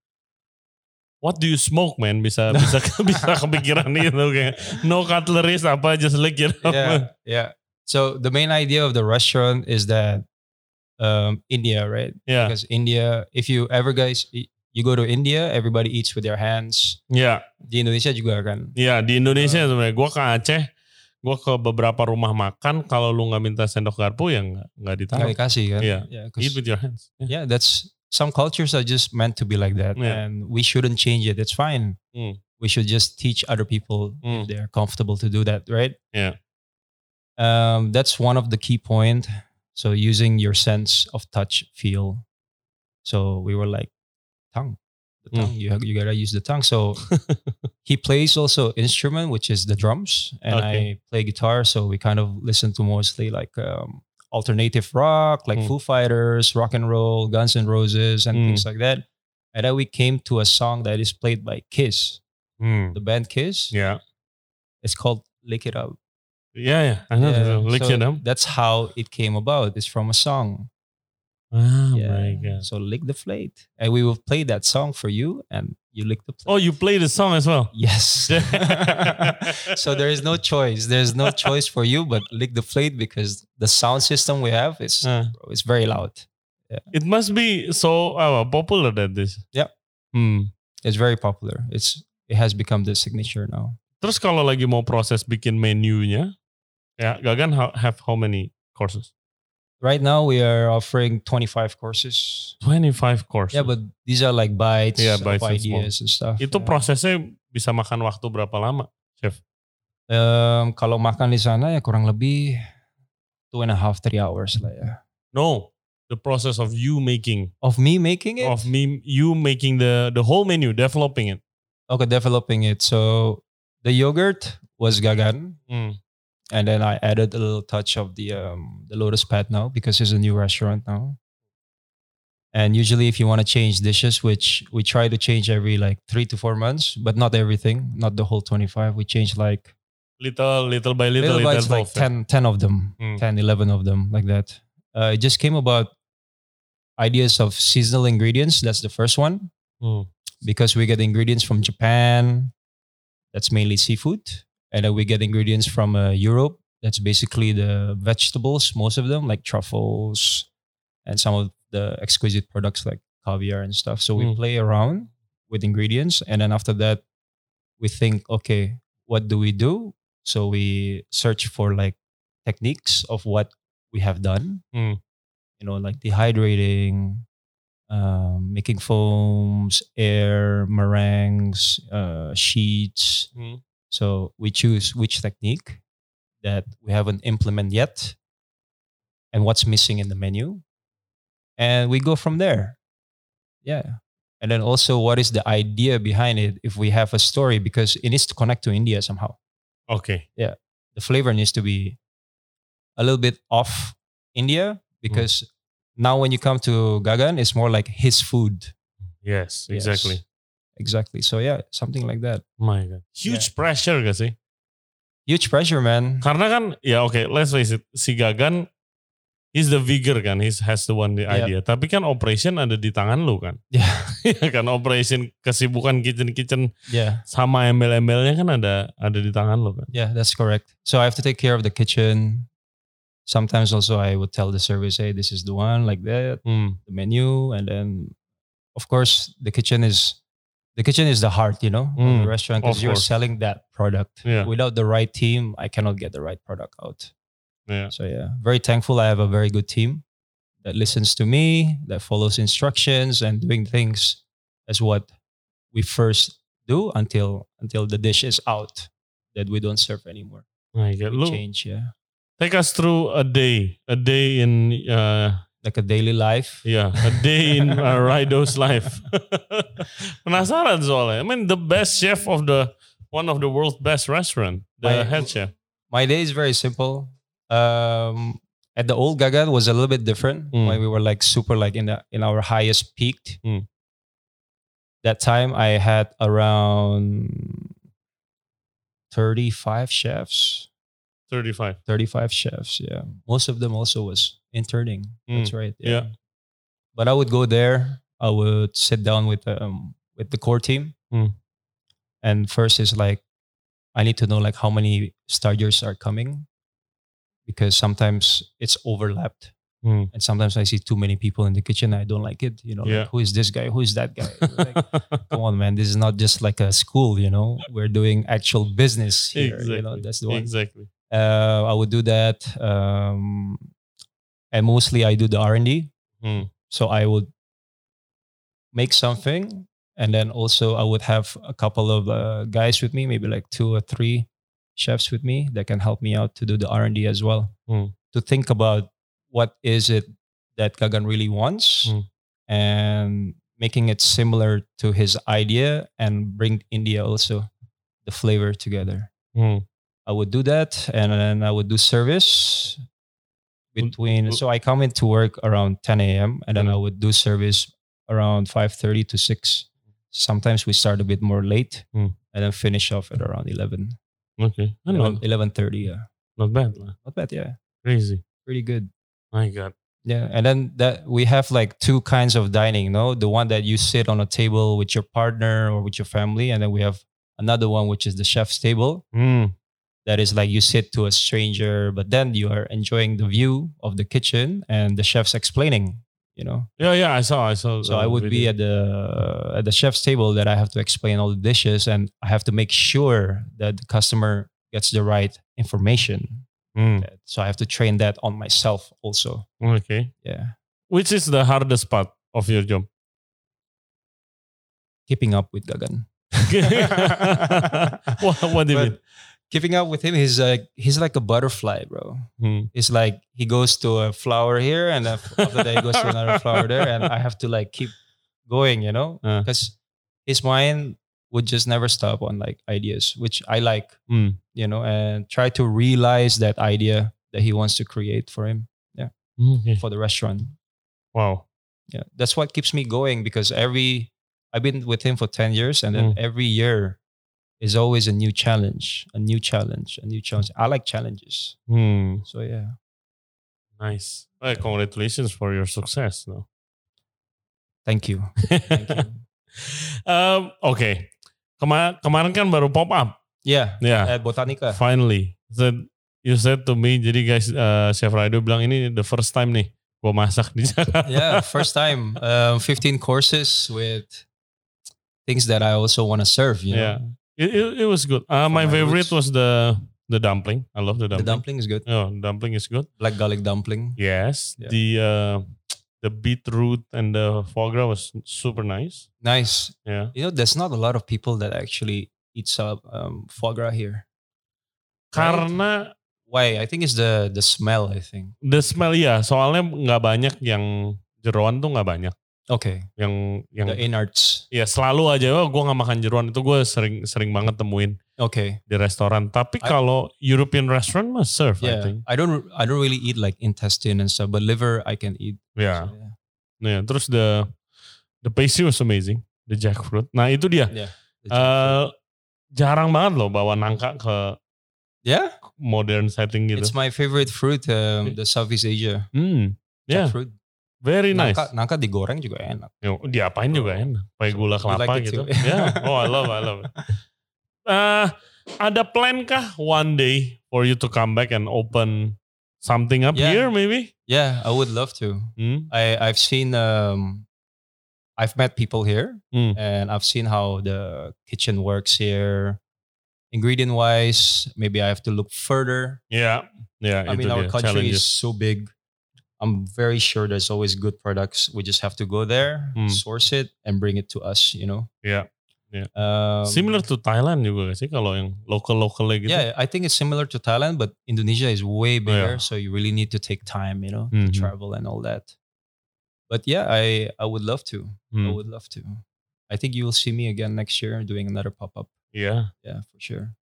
[SPEAKER 1] What do you smoke, man? Bisa bisa bisa kepikiran itu kayak no cutleries apa just lick you know? Iya,
[SPEAKER 2] yeah, yeah. So the main idea of the restaurant is that um, India, right?
[SPEAKER 1] Yeah.
[SPEAKER 2] Because India, if you ever guys, you go to India, everybody eats with their hands.
[SPEAKER 1] Ya,
[SPEAKER 2] Di Indonesia juga kan.
[SPEAKER 1] ya di Indonesia sebenarnya gua ke Aceh, gua ke beberapa rumah makan kalau lu nggak minta sendok garpu ya nggak nggak
[SPEAKER 2] Nggak
[SPEAKER 1] ditaruh.
[SPEAKER 2] dikasih Iya. kan?
[SPEAKER 1] Yeah.
[SPEAKER 2] Yeah, 'cause-
[SPEAKER 1] Eat with your hands. Ya.
[SPEAKER 2] yeah, that's some cultures are just meant to be like that,
[SPEAKER 1] Yeah.
[SPEAKER 2] and we shouldn't change it. It's fine.
[SPEAKER 1] Mm.
[SPEAKER 2] We should just teach other people
[SPEAKER 1] Mm.
[SPEAKER 2] if they're comfortable to do that, right?
[SPEAKER 1] Yeah.
[SPEAKER 2] Um, that's one of the key point. So using your sense of touch, feel. So we were like, tongue, the
[SPEAKER 1] Mm.
[SPEAKER 2] tongue. You ha- you gotta use the tongue. So he plays also instrument, which is the drums, and
[SPEAKER 1] Okay.
[SPEAKER 2] I play guitar. So we kind of listen to mostly like um, alternative rock, like
[SPEAKER 1] Mm.
[SPEAKER 2] Foo Fighters, rock and roll, Guns and Roses, and
[SPEAKER 1] Mm.
[SPEAKER 2] things like that. And then we came to a song that is played by Kiss,
[SPEAKER 1] Hmm.
[SPEAKER 2] the band Kiss.
[SPEAKER 1] Ya,
[SPEAKER 2] It's called "Lick It Up."
[SPEAKER 1] ya, ya. I know,
[SPEAKER 2] Yeah,
[SPEAKER 1] lick
[SPEAKER 2] Iya, so
[SPEAKER 1] it up.
[SPEAKER 2] That's how it came about. It's from a song.
[SPEAKER 1] Oh
[SPEAKER 2] Yeah.
[SPEAKER 1] my god.
[SPEAKER 2] So lick the plate, and we will play that song for you, and you lick the plate.
[SPEAKER 1] Oh, you play the song as well.
[SPEAKER 2] yes. so there is no choice. There's no choice for you but lick the plate because the sound system we have is
[SPEAKER 1] Uh,
[SPEAKER 2] it's very loud.
[SPEAKER 1] it must be so uh, popular that this.
[SPEAKER 2] Yeah.
[SPEAKER 1] Hmm.
[SPEAKER 2] It's very popular. It's it has become the signature now.
[SPEAKER 1] Terus kalau lagi mau proses bikin menunya, ya Gagan ha- have how many courses?
[SPEAKER 2] Right now we are offering 25 courses.
[SPEAKER 1] 25 courses.
[SPEAKER 2] Yeah, but these are like bites,
[SPEAKER 1] Yeah,
[SPEAKER 2] of
[SPEAKER 1] bites and small.
[SPEAKER 2] ideas and stuff.
[SPEAKER 1] itu
[SPEAKER 2] Yeah.
[SPEAKER 1] prosesnya bisa makan waktu berapa lama?
[SPEAKER 2] Em, kalau makan di sana ya kurang lebih two and a half three hours lah ya.
[SPEAKER 1] No, the process of you making
[SPEAKER 2] Of me making it,
[SPEAKER 1] of me you making the the whole menu, developing it.
[SPEAKER 2] okay, developing it. So the yogurt was gagan,
[SPEAKER 1] Hmm.
[SPEAKER 2] and then I added a little touch of the um, the lotus pad now because it's a new restaurant now. And usually, if you want to change dishes, which we try to change every like three to four months, but not everything, not the whole twenty five. We change like
[SPEAKER 1] Little little by little,
[SPEAKER 2] little
[SPEAKER 1] it
[SPEAKER 2] bites, like
[SPEAKER 1] evolves, ya?
[SPEAKER 2] 10, 10 of them,
[SPEAKER 1] Hmm.
[SPEAKER 2] 10, 11 of them, like that. Uh, it just came about ideas of seasonal ingredients. That's the first one
[SPEAKER 1] Hmm.
[SPEAKER 2] because we get ingredients from Japan. That's mainly seafood, and then we get ingredients from uh, Europe. That's basically the vegetables, most of them, like truffles, and some of the exquisite products like caviar and stuff. So
[SPEAKER 1] Mm.
[SPEAKER 2] we play around with ingredients, and then after that, we think, okay, what do we do? So we search for like techniques of what we have done.
[SPEAKER 1] Mm.
[SPEAKER 2] You know, like dehydrating, um, making foams, air, meringues, uh, sheets.
[SPEAKER 1] Hmm.
[SPEAKER 2] So we choose which technique that we haven't implemented yet and what's missing in the menu. And we go from there. Yeah. And then also, what is the idea behind it if we have a story? Because it needs to connect to India somehow.
[SPEAKER 1] Okay.
[SPEAKER 2] The flavor needs to be a little bit off India because now when you come to Gagan, it's more like his food.
[SPEAKER 1] Yes,
[SPEAKER 2] Yes.
[SPEAKER 1] exactly.
[SPEAKER 2] Exactly. So yeah, something like that.
[SPEAKER 1] My God. Huge pressure gak sih?
[SPEAKER 2] Huge pressure, man.
[SPEAKER 1] Karena kan ya oke, let's face it, si Gagan he's the vigor kan, he has the one the
[SPEAKER 2] Yep.
[SPEAKER 1] idea. Tapi kan operation ada di tangan lu kan.
[SPEAKER 2] Yeah.
[SPEAKER 1] Iya kan operation kesibukan kitchen-kitchen
[SPEAKER 2] Yeah.
[SPEAKER 1] sama embel-embelnya kan ada ada di tangan lu kan.
[SPEAKER 2] Yeah, that's correct. So I have to take care of the kitchen. Sometimes also I would tell the service, hey, this is the one like that,
[SPEAKER 1] Hmm.
[SPEAKER 2] the menu. And then of course the kitchen is the kitchen is the heart, you know, of
[SPEAKER 1] Mm,
[SPEAKER 2] the restaurant
[SPEAKER 1] of
[SPEAKER 2] because you're
[SPEAKER 1] course.
[SPEAKER 2] selling that product.
[SPEAKER 1] Yeah.
[SPEAKER 2] Without the right team, I cannot get the right product out.
[SPEAKER 1] Yeah.
[SPEAKER 2] So yeah, very thankful I have a very good team that listens to me, that follows instructions and doing things as what we first do until until the dish is out that we don't serve anymore.
[SPEAKER 1] My God.
[SPEAKER 2] We
[SPEAKER 1] Nah, iya. Lu
[SPEAKER 2] change, yeah.
[SPEAKER 1] take us through a day, a day in uh,
[SPEAKER 2] Like a daily life.
[SPEAKER 1] yeah, a day in uh, Rido's life. Penasaran soalnya. I mean the best chef of the one of the world's best restaurant, the
[SPEAKER 2] My-
[SPEAKER 1] head chef.
[SPEAKER 2] My day is very simple. Um at the old Gaga was a little bit different
[SPEAKER 1] Mm.
[SPEAKER 2] when we were like super like in the in our highest peak.
[SPEAKER 1] Mm.
[SPEAKER 2] That time I had around 35 chefs.
[SPEAKER 1] 35.
[SPEAKER 2] 35 chefs yeah most of them also was interning that's right
[SPEAKER 1] Mm, yeah.
[SPEAKER 2] but i would go there i would sit down with um with the core team
[SPEAKER 1] Mm.
[SPEAKER 2] and first is like i need to know like how many starters are coming because sometimes it's overlapped
[SPEAKER 1] Mm.
[SPEAKER 2] and sometimes i see too many people in the kitchen i don't like it you know
[SPEAKER 1] Yeah.
[SPEAKER 2] like, who is this guy who is that guy like, come on man this is not just like a school you know we're doing actual business here you know
[SPEAKER 1] Exactly.
[SPEAKER 2] that's the one
[SPEAKER 1] exactly.
[SPEAKER 2] uh, I would do that, um, and mostly I do the R and D.
[SPEAKER 1] Hmm.
[SPEAKER 2] So I would make something, and then also I would have a couple of uh, guys with me, maybe like two or three chefs with me that can help me out to do the R and D as well,
[SPEAKER 1] Hmm.
[SPEAKER 2] to think about what is it that Gagan really wants,
[SPEAKER 1] Hmm.
[SPEAKER 2] and making it similar to his idea and bring India also the flavor together.
[SPEAKER 1] Hmm.
[SPEAKER 2] I would do that, and then I would do service
[SPEAKER 1] Would-
[SPEAKER 2] between.
[SPEAKER 1] would-
[SPEAKER 2] So I come into work around 10 a.m. and then
[SPEAKER 1] Mm.
[SPEAKER 2] I would do service around 5:30 to 6. Sometimes we start a bit more late,
[SPEAKER 1] Mm.
[SPEAKER 2] and then finish off at around 11,
[SPEAKER 1] Okay. I know.
[SPEAKER 2] 11 11:30. Yeah,
[SPEAKER 1] Not bad lah.
[SPEAKER 2] not bad. Yeah,
[SPEAKER 1] Crazy.
[SPEAKER 2] pretty good.
[SPEAKER 1] My God.
[SPEAKER 2] Yeah, and then that we have like two kinds of dining. No, the one that you sit on a table with your partner or with your family, and then we have another one which is the chef's table.
[SPEAKER 1] Hmm.
[SPEAKER 2] That is like you sit to a stranger, but then you are enjoying the view of the kitchen and the chef's explaining. You know,
[SPEAKER 1] Yeah, yeah, I saw, I saw.
[SPEAKER 2] so
[SPEAKER 1] that
[SPEAKER 2] I would be
[SPEAKER 1] video.
[SPEAKER 2] at the at the chef's table that I have to explain all the dishes, and I have to make sure that the customer gets the right information.
[SPEAKER 1] Hmm,
[SPEAKER 2] So I have to train that on myself also.
[SPEAKER 1] Okay.
[SPEAKER 2] Yeah,
[SPEAKER 1] Which is the hardest part of your job?
[SPEAKER 2] keeping up with Gagan.
[SPEAKER 1] what, what do you
[SPEAKER 2] But keeping up with him, he's like he's like a butterfly, bro.
[SPEAKER 1] mean?
[SPEAKER 2] It's like he goes to a flower here, and then after that he goes to another flower there, and I have to like keep going, you know,
[SPEAKER 1] Uh.
[SPEAKER 2] because his mind would just never stop on like ideas, which I like,
[SPEAKER 1] Hmm. Hmm.
[SPEAKER 2] you know, and try to realize that idea that he wants to create for him
[SPEAKER 1] Okay.
[SPEAKER 2] for the restaurant.
[SPEAKER 1] Wow.
[SPEAKER 2] Yeah, that's what keeps me going because every I've been with him for ten years, and then every year is always a new challenge, a new challenge, a new challenge. I like challenges,
[SPEAKER 1] Hmm.
[SPEAKER 2] so yeah.
[SPEAKER 1] Nice. Well, congratulations for your success. No.
[SPEAKER 2] Thank you. Thank you.
[SPEAKER 1] um, Oke. Kema- kemarin kan baru pop up.
[SPEAKER 2] yeah,
[SPEAKER 1] Ya.
[SPEAKER 2] at Botanica.
[SPEAKER 1] Finally. Then you said to me. Jadi guys, uh, Chef Raido bilang ini the first time nih gue masak di Jakarta.
[SPEAKER 2] yeah, first time. Um, 15 courses with things that I also want to serve. You
[SPEAKER 1] Yeah.
[SPEAKER 2] know?
[SPEAKER 1] It, it, it was good. Uh, my,
[SPEAKER 2] my
[SPEAKER 1] favorite
[SPEAKER 2] roots.
[SPEAKER 1] was the the dumpling. I love the
[SPEAKER 2] the
[SPEAKER 1] dumpling.
[SPEAKER 2] dumpling is good.
[SPEAKER 1] Oh, dumpling is good.
[SPEAKER 2] Black garlic dumpling.
[SPEAKER 1] Yes.
[SPEAKER 2] Yeah.
[SPEAKER 1] The uh, the beetroot and the foie gras was super nice.
[SPEAKER 2] Nice.
[SPEAKER 1] Yeah.
[SPEAKER 2] You know, there's not a lot of people that actually eats up um, foie gras here.
[SPEAKER 1] Karena
[SPEAKER 2] Why? I think it's the the smell. I think.
[SPEAKER 1] the smell ya soalnya nggak banyak yang jeroan tuh nggak banyak
[SPEAKER 2] Okay.
[SPEAKER 1] yang yang
[SPEAKER 2] The innards.
[SPEAKER 1] ya selalu aja oh gue nggak makan jeroan itu gue sering sering banget temuin
[SPEAKER 2] Okay.
[SPEAKER 1] di restoran tapi
[SPEAKER 2] I-
[SPEAKER 1] kalau European restaurant mah serve I
[SPEAKER 2] Yeah.
[SPEAKER 1] think
[SPEAKER 2] I don't. I don't really eat like intestine and stuff, but liver I can eat.
[SPEAKER 1] ya
[SPEAKER 2] So, yeah.
[SPEAKER 1] yeah. terus the the pastry was amazing the jackfruit nah itu dia
[SPEAKER 2] The
[SPEAKER 1] Eh, jarang banget loh bawa nangka ke
[SPEAKER 2] yeah.
[SPEAKER 1] modern setting gitu
[SPEAKER 2] It's my favorite fruit. Um, the Southeast Asia.
[SPEAKER 1] hmm ya
[SPEAKER 2] Jackfruit.
[SPEAKER 1] very nice
[SPEAKER 2] Nangka, nangka digoreng juga enak.
[SPEAKER 1] Ya, diapain juga enak. Pakai gula
[SPEAKER 2] You like
[SPEAKER 1] kelapa
[SPEAKER 2] it
[SPEAKER 1] gitu.
[SPEAKER 2] too?
[SPEAKER 1] Ya, Oh, I love, I love. it. Eh, ada plan kah one day for you to come back and open something up
[SPEAKER 2] Yeah.
[SPEAKER 1] here maybe?
[SPEAKER 2] Yeah, I would love to.
[SPEAKER 1] Hmm.
[SPEAKER 2] I I've seen um I've met people here
[SPEAKER 1] Hmm.
[SPEAKER 2] and I've seen how the kitchen works here. Ingredient wise, maybe I have to look further.
[SPEAKER 1] Ya, ya
[SPEAKER 2] I
[SPEAKER 1] itu
[SPEAKER 2] mean, our
[SPEAKER 1] dia
[SPEAKER 2] country is
[SPEAKER 1] challenges.
[SPEAKER 2] so big. I'm very sure there's always good products. We just have to go there,
[SPEAKER 1] Hmm.
[SPEAKER 2] source it, and bring it to us. You know.
[SPEAKER 1] Yeah, yeah.
[SPEAKER 2] Um,
[SPEAKER 1] Similar to Thailand juga gak sih kalau yang local local gitu.
[SPEAKER 2] Yeah, I think it's similar to Thailand, but Indonesia is way
[SPEAKER 1] Oh,
[SPEAKER 2] bigger, so you really need to take time, you know,
[SPEAKER 1] Mhm.
[SPEAKER 2] to travel and all that. But yeah, I I would love to. I
[SPEAKER 1] Hmm,
[SPEAKER 2] would love to. I think you will see me again next year doing another pop up.
[SPEAKER 1] yeah.
[SPEAKER 2] Yeah, for sure.
[SPEAKER 1] iya.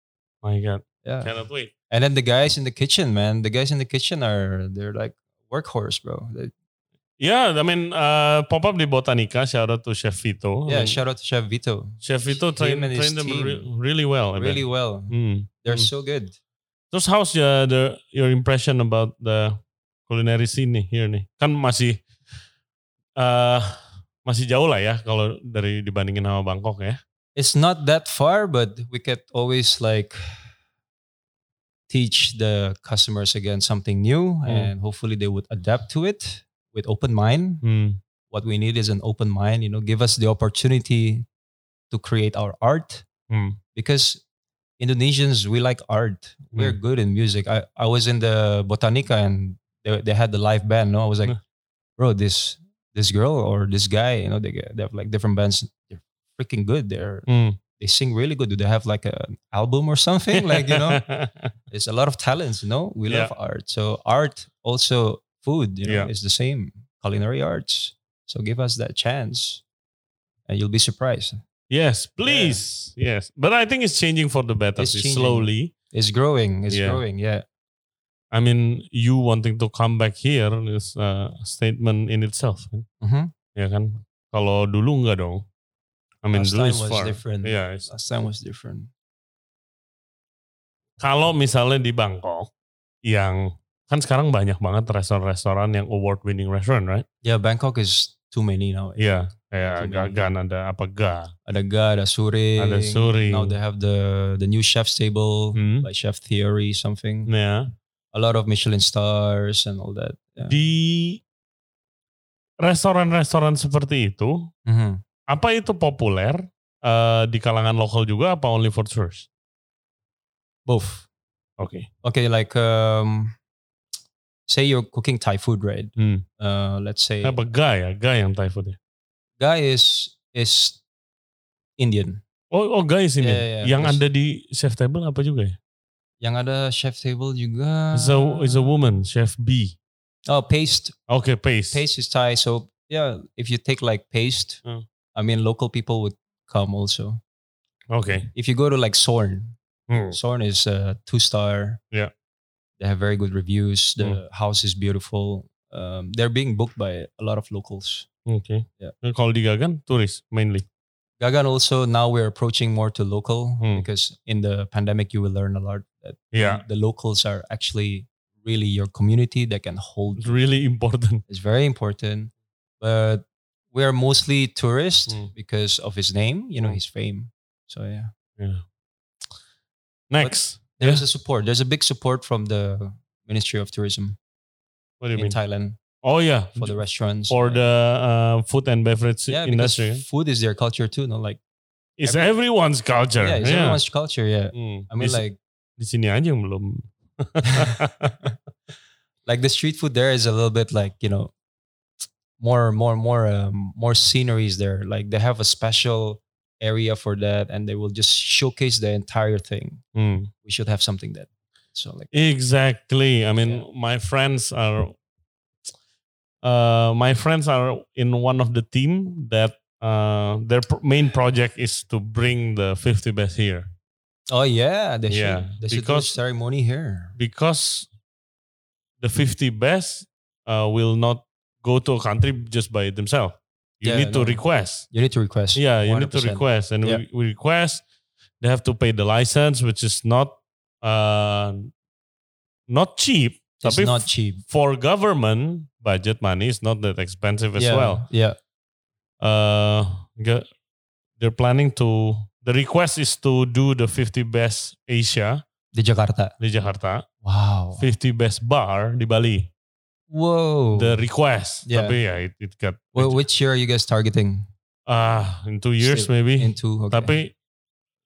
[SPEAKER 1] My God,
[SPEAKER 2] Yeah.
[SPEAKER 1] cannot wait.
[SPEAKER 2] And then the guys in the kitchen, man. The guys in the kitchen are they're like workhorse, bro. They-
[SPEAKER 1] Yeah, Ya, I mean uh, pop up di Botanica. Shout out to Chef Vito. I mean,
[SPEAKER 2] yeah, Ya, shout out to Chef Vito.
[SPEAKER 1] Chef Vito
[SPEAKER 2] him
[SPEAKER 1] train,
[SPEAKER 2] and his
[SPEAKER 1] train them
[SPEAKER 2] team.
[SPEAKER 1] re- really well. I bet.
[SPEAKER 2] Really well.
[SPEAKER 1] Hmm.
[SPEAKER 2] They're
[SPEAKER 1] Mm.
[SPEAKER 2] so good.
[SPEAKER 1] Terus how's your, the, your impression about the culinary scene nih here nih? Kan masih eh masih jauh lah ya kalau dari dibandingin sama Bangkok ya.
[SPEAKER 2] It's not that far, but we could always like teach the customers again something new
[SPEAKER 1] Mm.
[SPEAKER 2] and hopefully they would adapt to it with open mind.
[SPEAKER 1] Hmm.
[SPEAKER 2] What we need is an open mind, you know, give us the opportunity to create our art.
[SPEAKER 1] Hmm.
[SPEAKER 2] because Indonesians we like art. We're good in music. I, I was in the Botanica and they, they had the live band. No, I was like,
[SPEAKER 1] Yeah.
[SPEAKER 2] bro, this this girl or this guy, you know, they get- they have like different bands. They're freaking good. They're
[SPEAKER 1] Hmm.
[SPEAKER 2] they sing really good. Do they have like an album or something? Like you know, it's a lot of talents. You know, we
[SPEAKER 1] Yeah.
[SPEAKER 2] love art. So art also food. You know,
[SPEAKER 1] Yeah.
[SPEAKER 2] is the same culinary arts. So give us that chance, and you'll be surprised.
[SPEAKER 1] yes, please. Yes. But I think it's changing for the better
[SPEAKER 2] It's
[SPEAKER 1] sih,
[SPEAKER 2] changing.
[SPEAKER 1] slowly.
[SPEAKER 2] It's growing. It's
[SPEAKER 1] Yeah.
[SPEAKER 2] growing. Yeah.
[SPEAKER 1] I mean, you wanting to come back here is a statement in itself. kan?
[SPEAKER 2] Mhm.
[SPEAKER 1] Ya kan? Kalau dulu enggak dong. I mean,
[SPEAKER 2] Last
[SPEAKER 1] dulu
[SPEAKER 2] time
[SPEAKER 1] is
[SPEAKER 2] was
[SPEAKER 1] far. Ya,
[SPEAKER 2] different.
[SPEAKER 1] Yeah, it's-
[SPEAKER 2] Last time was different.
[SPEAKER 1] kalau misalnya di Bangkok yang Kan sekarang banyak banget restoran-restoran yang award winning restaurant, right?
[SPEAKER 2] Yeah, Bangkok is too many now.
[SPEAKER 1] Iya, kayak
[SPEAKER 2] Itu
[SPEAKER 1] Gagan ada apa Ga,
[SPEAKER 2] Ada Ga, ada Suri.
[SPEAKER 1] ada Suri.
[SPEAKER 2] Now they have the the new chef's table
[SPEAKER 1] Hmm,
[SPEAKER 2] by Chef Theory something.
[SPEAKER 1] ya.
[SPEAKER 2] A lot of Michelin stars and all that. Yeah.
[SPEAKER 1] Di restoran-restoran seperti itu,
[SPEAKER 2] Mhm.
[SPEAKER 1] apa itu populer eh, di kalangan lokal juga apa only for tourists?
[SPEAKER 2] Both.
[SPEAKER 1] Oke.
[SPEAKER 2] Okay, like um, say you're cooking Thai food, right?
[SPEAKER 1] Hmm.
[SPEAKER 2] Uh, let's say
[SPEAKER 1] Apa Ga ya? Ga yang Thai food ya?
[SPEAKER 2] guy is is Indian.
[SPEAKER 1] Oh, oh guys ini.
[SPEAKER 2] Iya, iya, iya.
[SPEAKER 1] yang
[SPEAKER 2] Terus-
[SPEAKER 1] ada di chef table apa juga ya?
[SPEAKER 2] Yang ada chef table juga.
[SPEAKER 1] It's a, it's a woman, chef B.
[SPEAKER 2] oh paste
[SPEAKER 1] Oke, pace.
[SPEAKER 2] paste is Thai. So yeah, if you take like paste,
[SPEAKER 1] Mm.
[SPEAKER 2] I mean local people would come also.
[SPEAKER 1] Oke.
[SPEAKER 2] If you go to like Sorn,
[SPEAKER 1] Hmm.
[SPEAKER 2] Sorn is a two star.
[SPEAKER 1] Yeah. Hmm.
[SPEAKER 2] They have very good reviews. The house is beautiful. Um, they're being booked by a lot of locals.
[SPEAKER 1] Oke.
[SPEAKER 2] Ya.
[SPEAKER 1] Kalau di Gagan, turis mainly.
[SPEAKER 2] Gagan also now we're approaching more to local
[SPEAKER 1] Mm.
[SPEAKER 2] because in the pandemic you will learn a lot that
[SPEAKER 1] Iya.
[SPEAKER 2] the locals are actually really your community that can hold
[SPEAKER 1] It's really important.
[SPEAKER 2] It's very important. But we are mostly tourists
[SPEAKER 1] Mm.
[SPEAKER 2] because of his name, you know,
[SPEAKER 1] Mm.
[SPEAKER 2] his fame. So yeah.
[SPEAKER 1] Next.
[SPEAKER 2] There's a support. There's a big support from the Ministry of Tourism
[SPEAKER 1] What do you
[SPEAKER 2] in
[SPEAKER 1] mean?
[SPEAKER 2] Thailand
[SPEAKER 1] Oh ya,
[SPEAKER 2] for the restaurants.
[SPEAKER 1] for the uh, food and beverage
[SPEAKER 2] yeah, because
[SPEAKER 1] industry.
[SPEAKER 2] food is their culture too, no? Like
[SPEAKER 1] It's everyone's culture.
[SPEAKER 2] yeah, it's
[SPEAKER 1] Yeah.
[SPEAKER 2] everyone's culture, yeah.
[SPEAKER 1] Hmm.
[SPEAKER 2] I mean
[SPEAKER 1] Di-
[SPEAKER 2] like
[SPEAKER 1] di sini aja yang belum.
[SPEAKER 2] like the street food there is a little bit like, you know, more more more um, more sceneries there. Like they have a special area for that and they will just showcase the entire thing.
[SPEAKER 1] Hmm.
[SPEAKER 2] we should have something that so like
[SPEAKER 1] Exactly. I mean,
[SPEAKER 2] Yeah.
[SPEAKER 1] my friends are. Uh, my friends are in one of the team that uh, their pro- main project is to bring the 50 best here
[SPEAKER 2] oh yeah they
[SPEAKER 1] Yeah,
[SPEAKER 2] should they should do a
[SPEAKER 1] because-
[SPEAKER 2] ceremony here
[SPEAKER 1] because the 50 best uh, will not go to a country just by themselves. You
[SPEAKER 2] Yeah,
[SPEAKER 1] need to
[SPEAKER 2] no.
[SPEAKER 1] request.
[SPEAKER 2] you need to request
[SPEAKER 1] Yeah, you need to
[SPEAKER 2] 100%.
[SPEAKER 1] request, and
[SPEAKER 2] Yeah.
[SPEAKER 1] we, we request. They have to pay the license, which is not uh, not cheap.
[SPEAKER 2] it's
[SPEAKER 1] Tapi
[SPEAKER 2] not
[SPEAKER 1] f-
[SPEAKER 2] cheap
[SPEAKER 1] for government budget money is not that expensive as
[SPEAKER 2] yeah,
[SPEAKER 1] well.
[SPEAKER 2] yeah
[SPEAKER 1] Uh, ge- they're planning to. The request is to do the 50 best Asia
[SPEAKER 2] the Jakarta
[SPEAKER 1] di Jakarta,
[SPEAKER 2] wow
[SPEAKER 1] 50 best bar di Bali.
[SPEAKER 2] whoa
[SPEAKER 1] The request,
[SPEAKER 2] Yeah.
[SPEAKER 1] tapi ya it, it got
[SPEAKER 2] Wh- which year are you guys targeting
[SPEAKER 1] ah in two years
[SPEAKER 2] Still
[SPEAKER 1] maybe.
[SPEAKER 2] into okay.
[SPEAKER 1] Tapi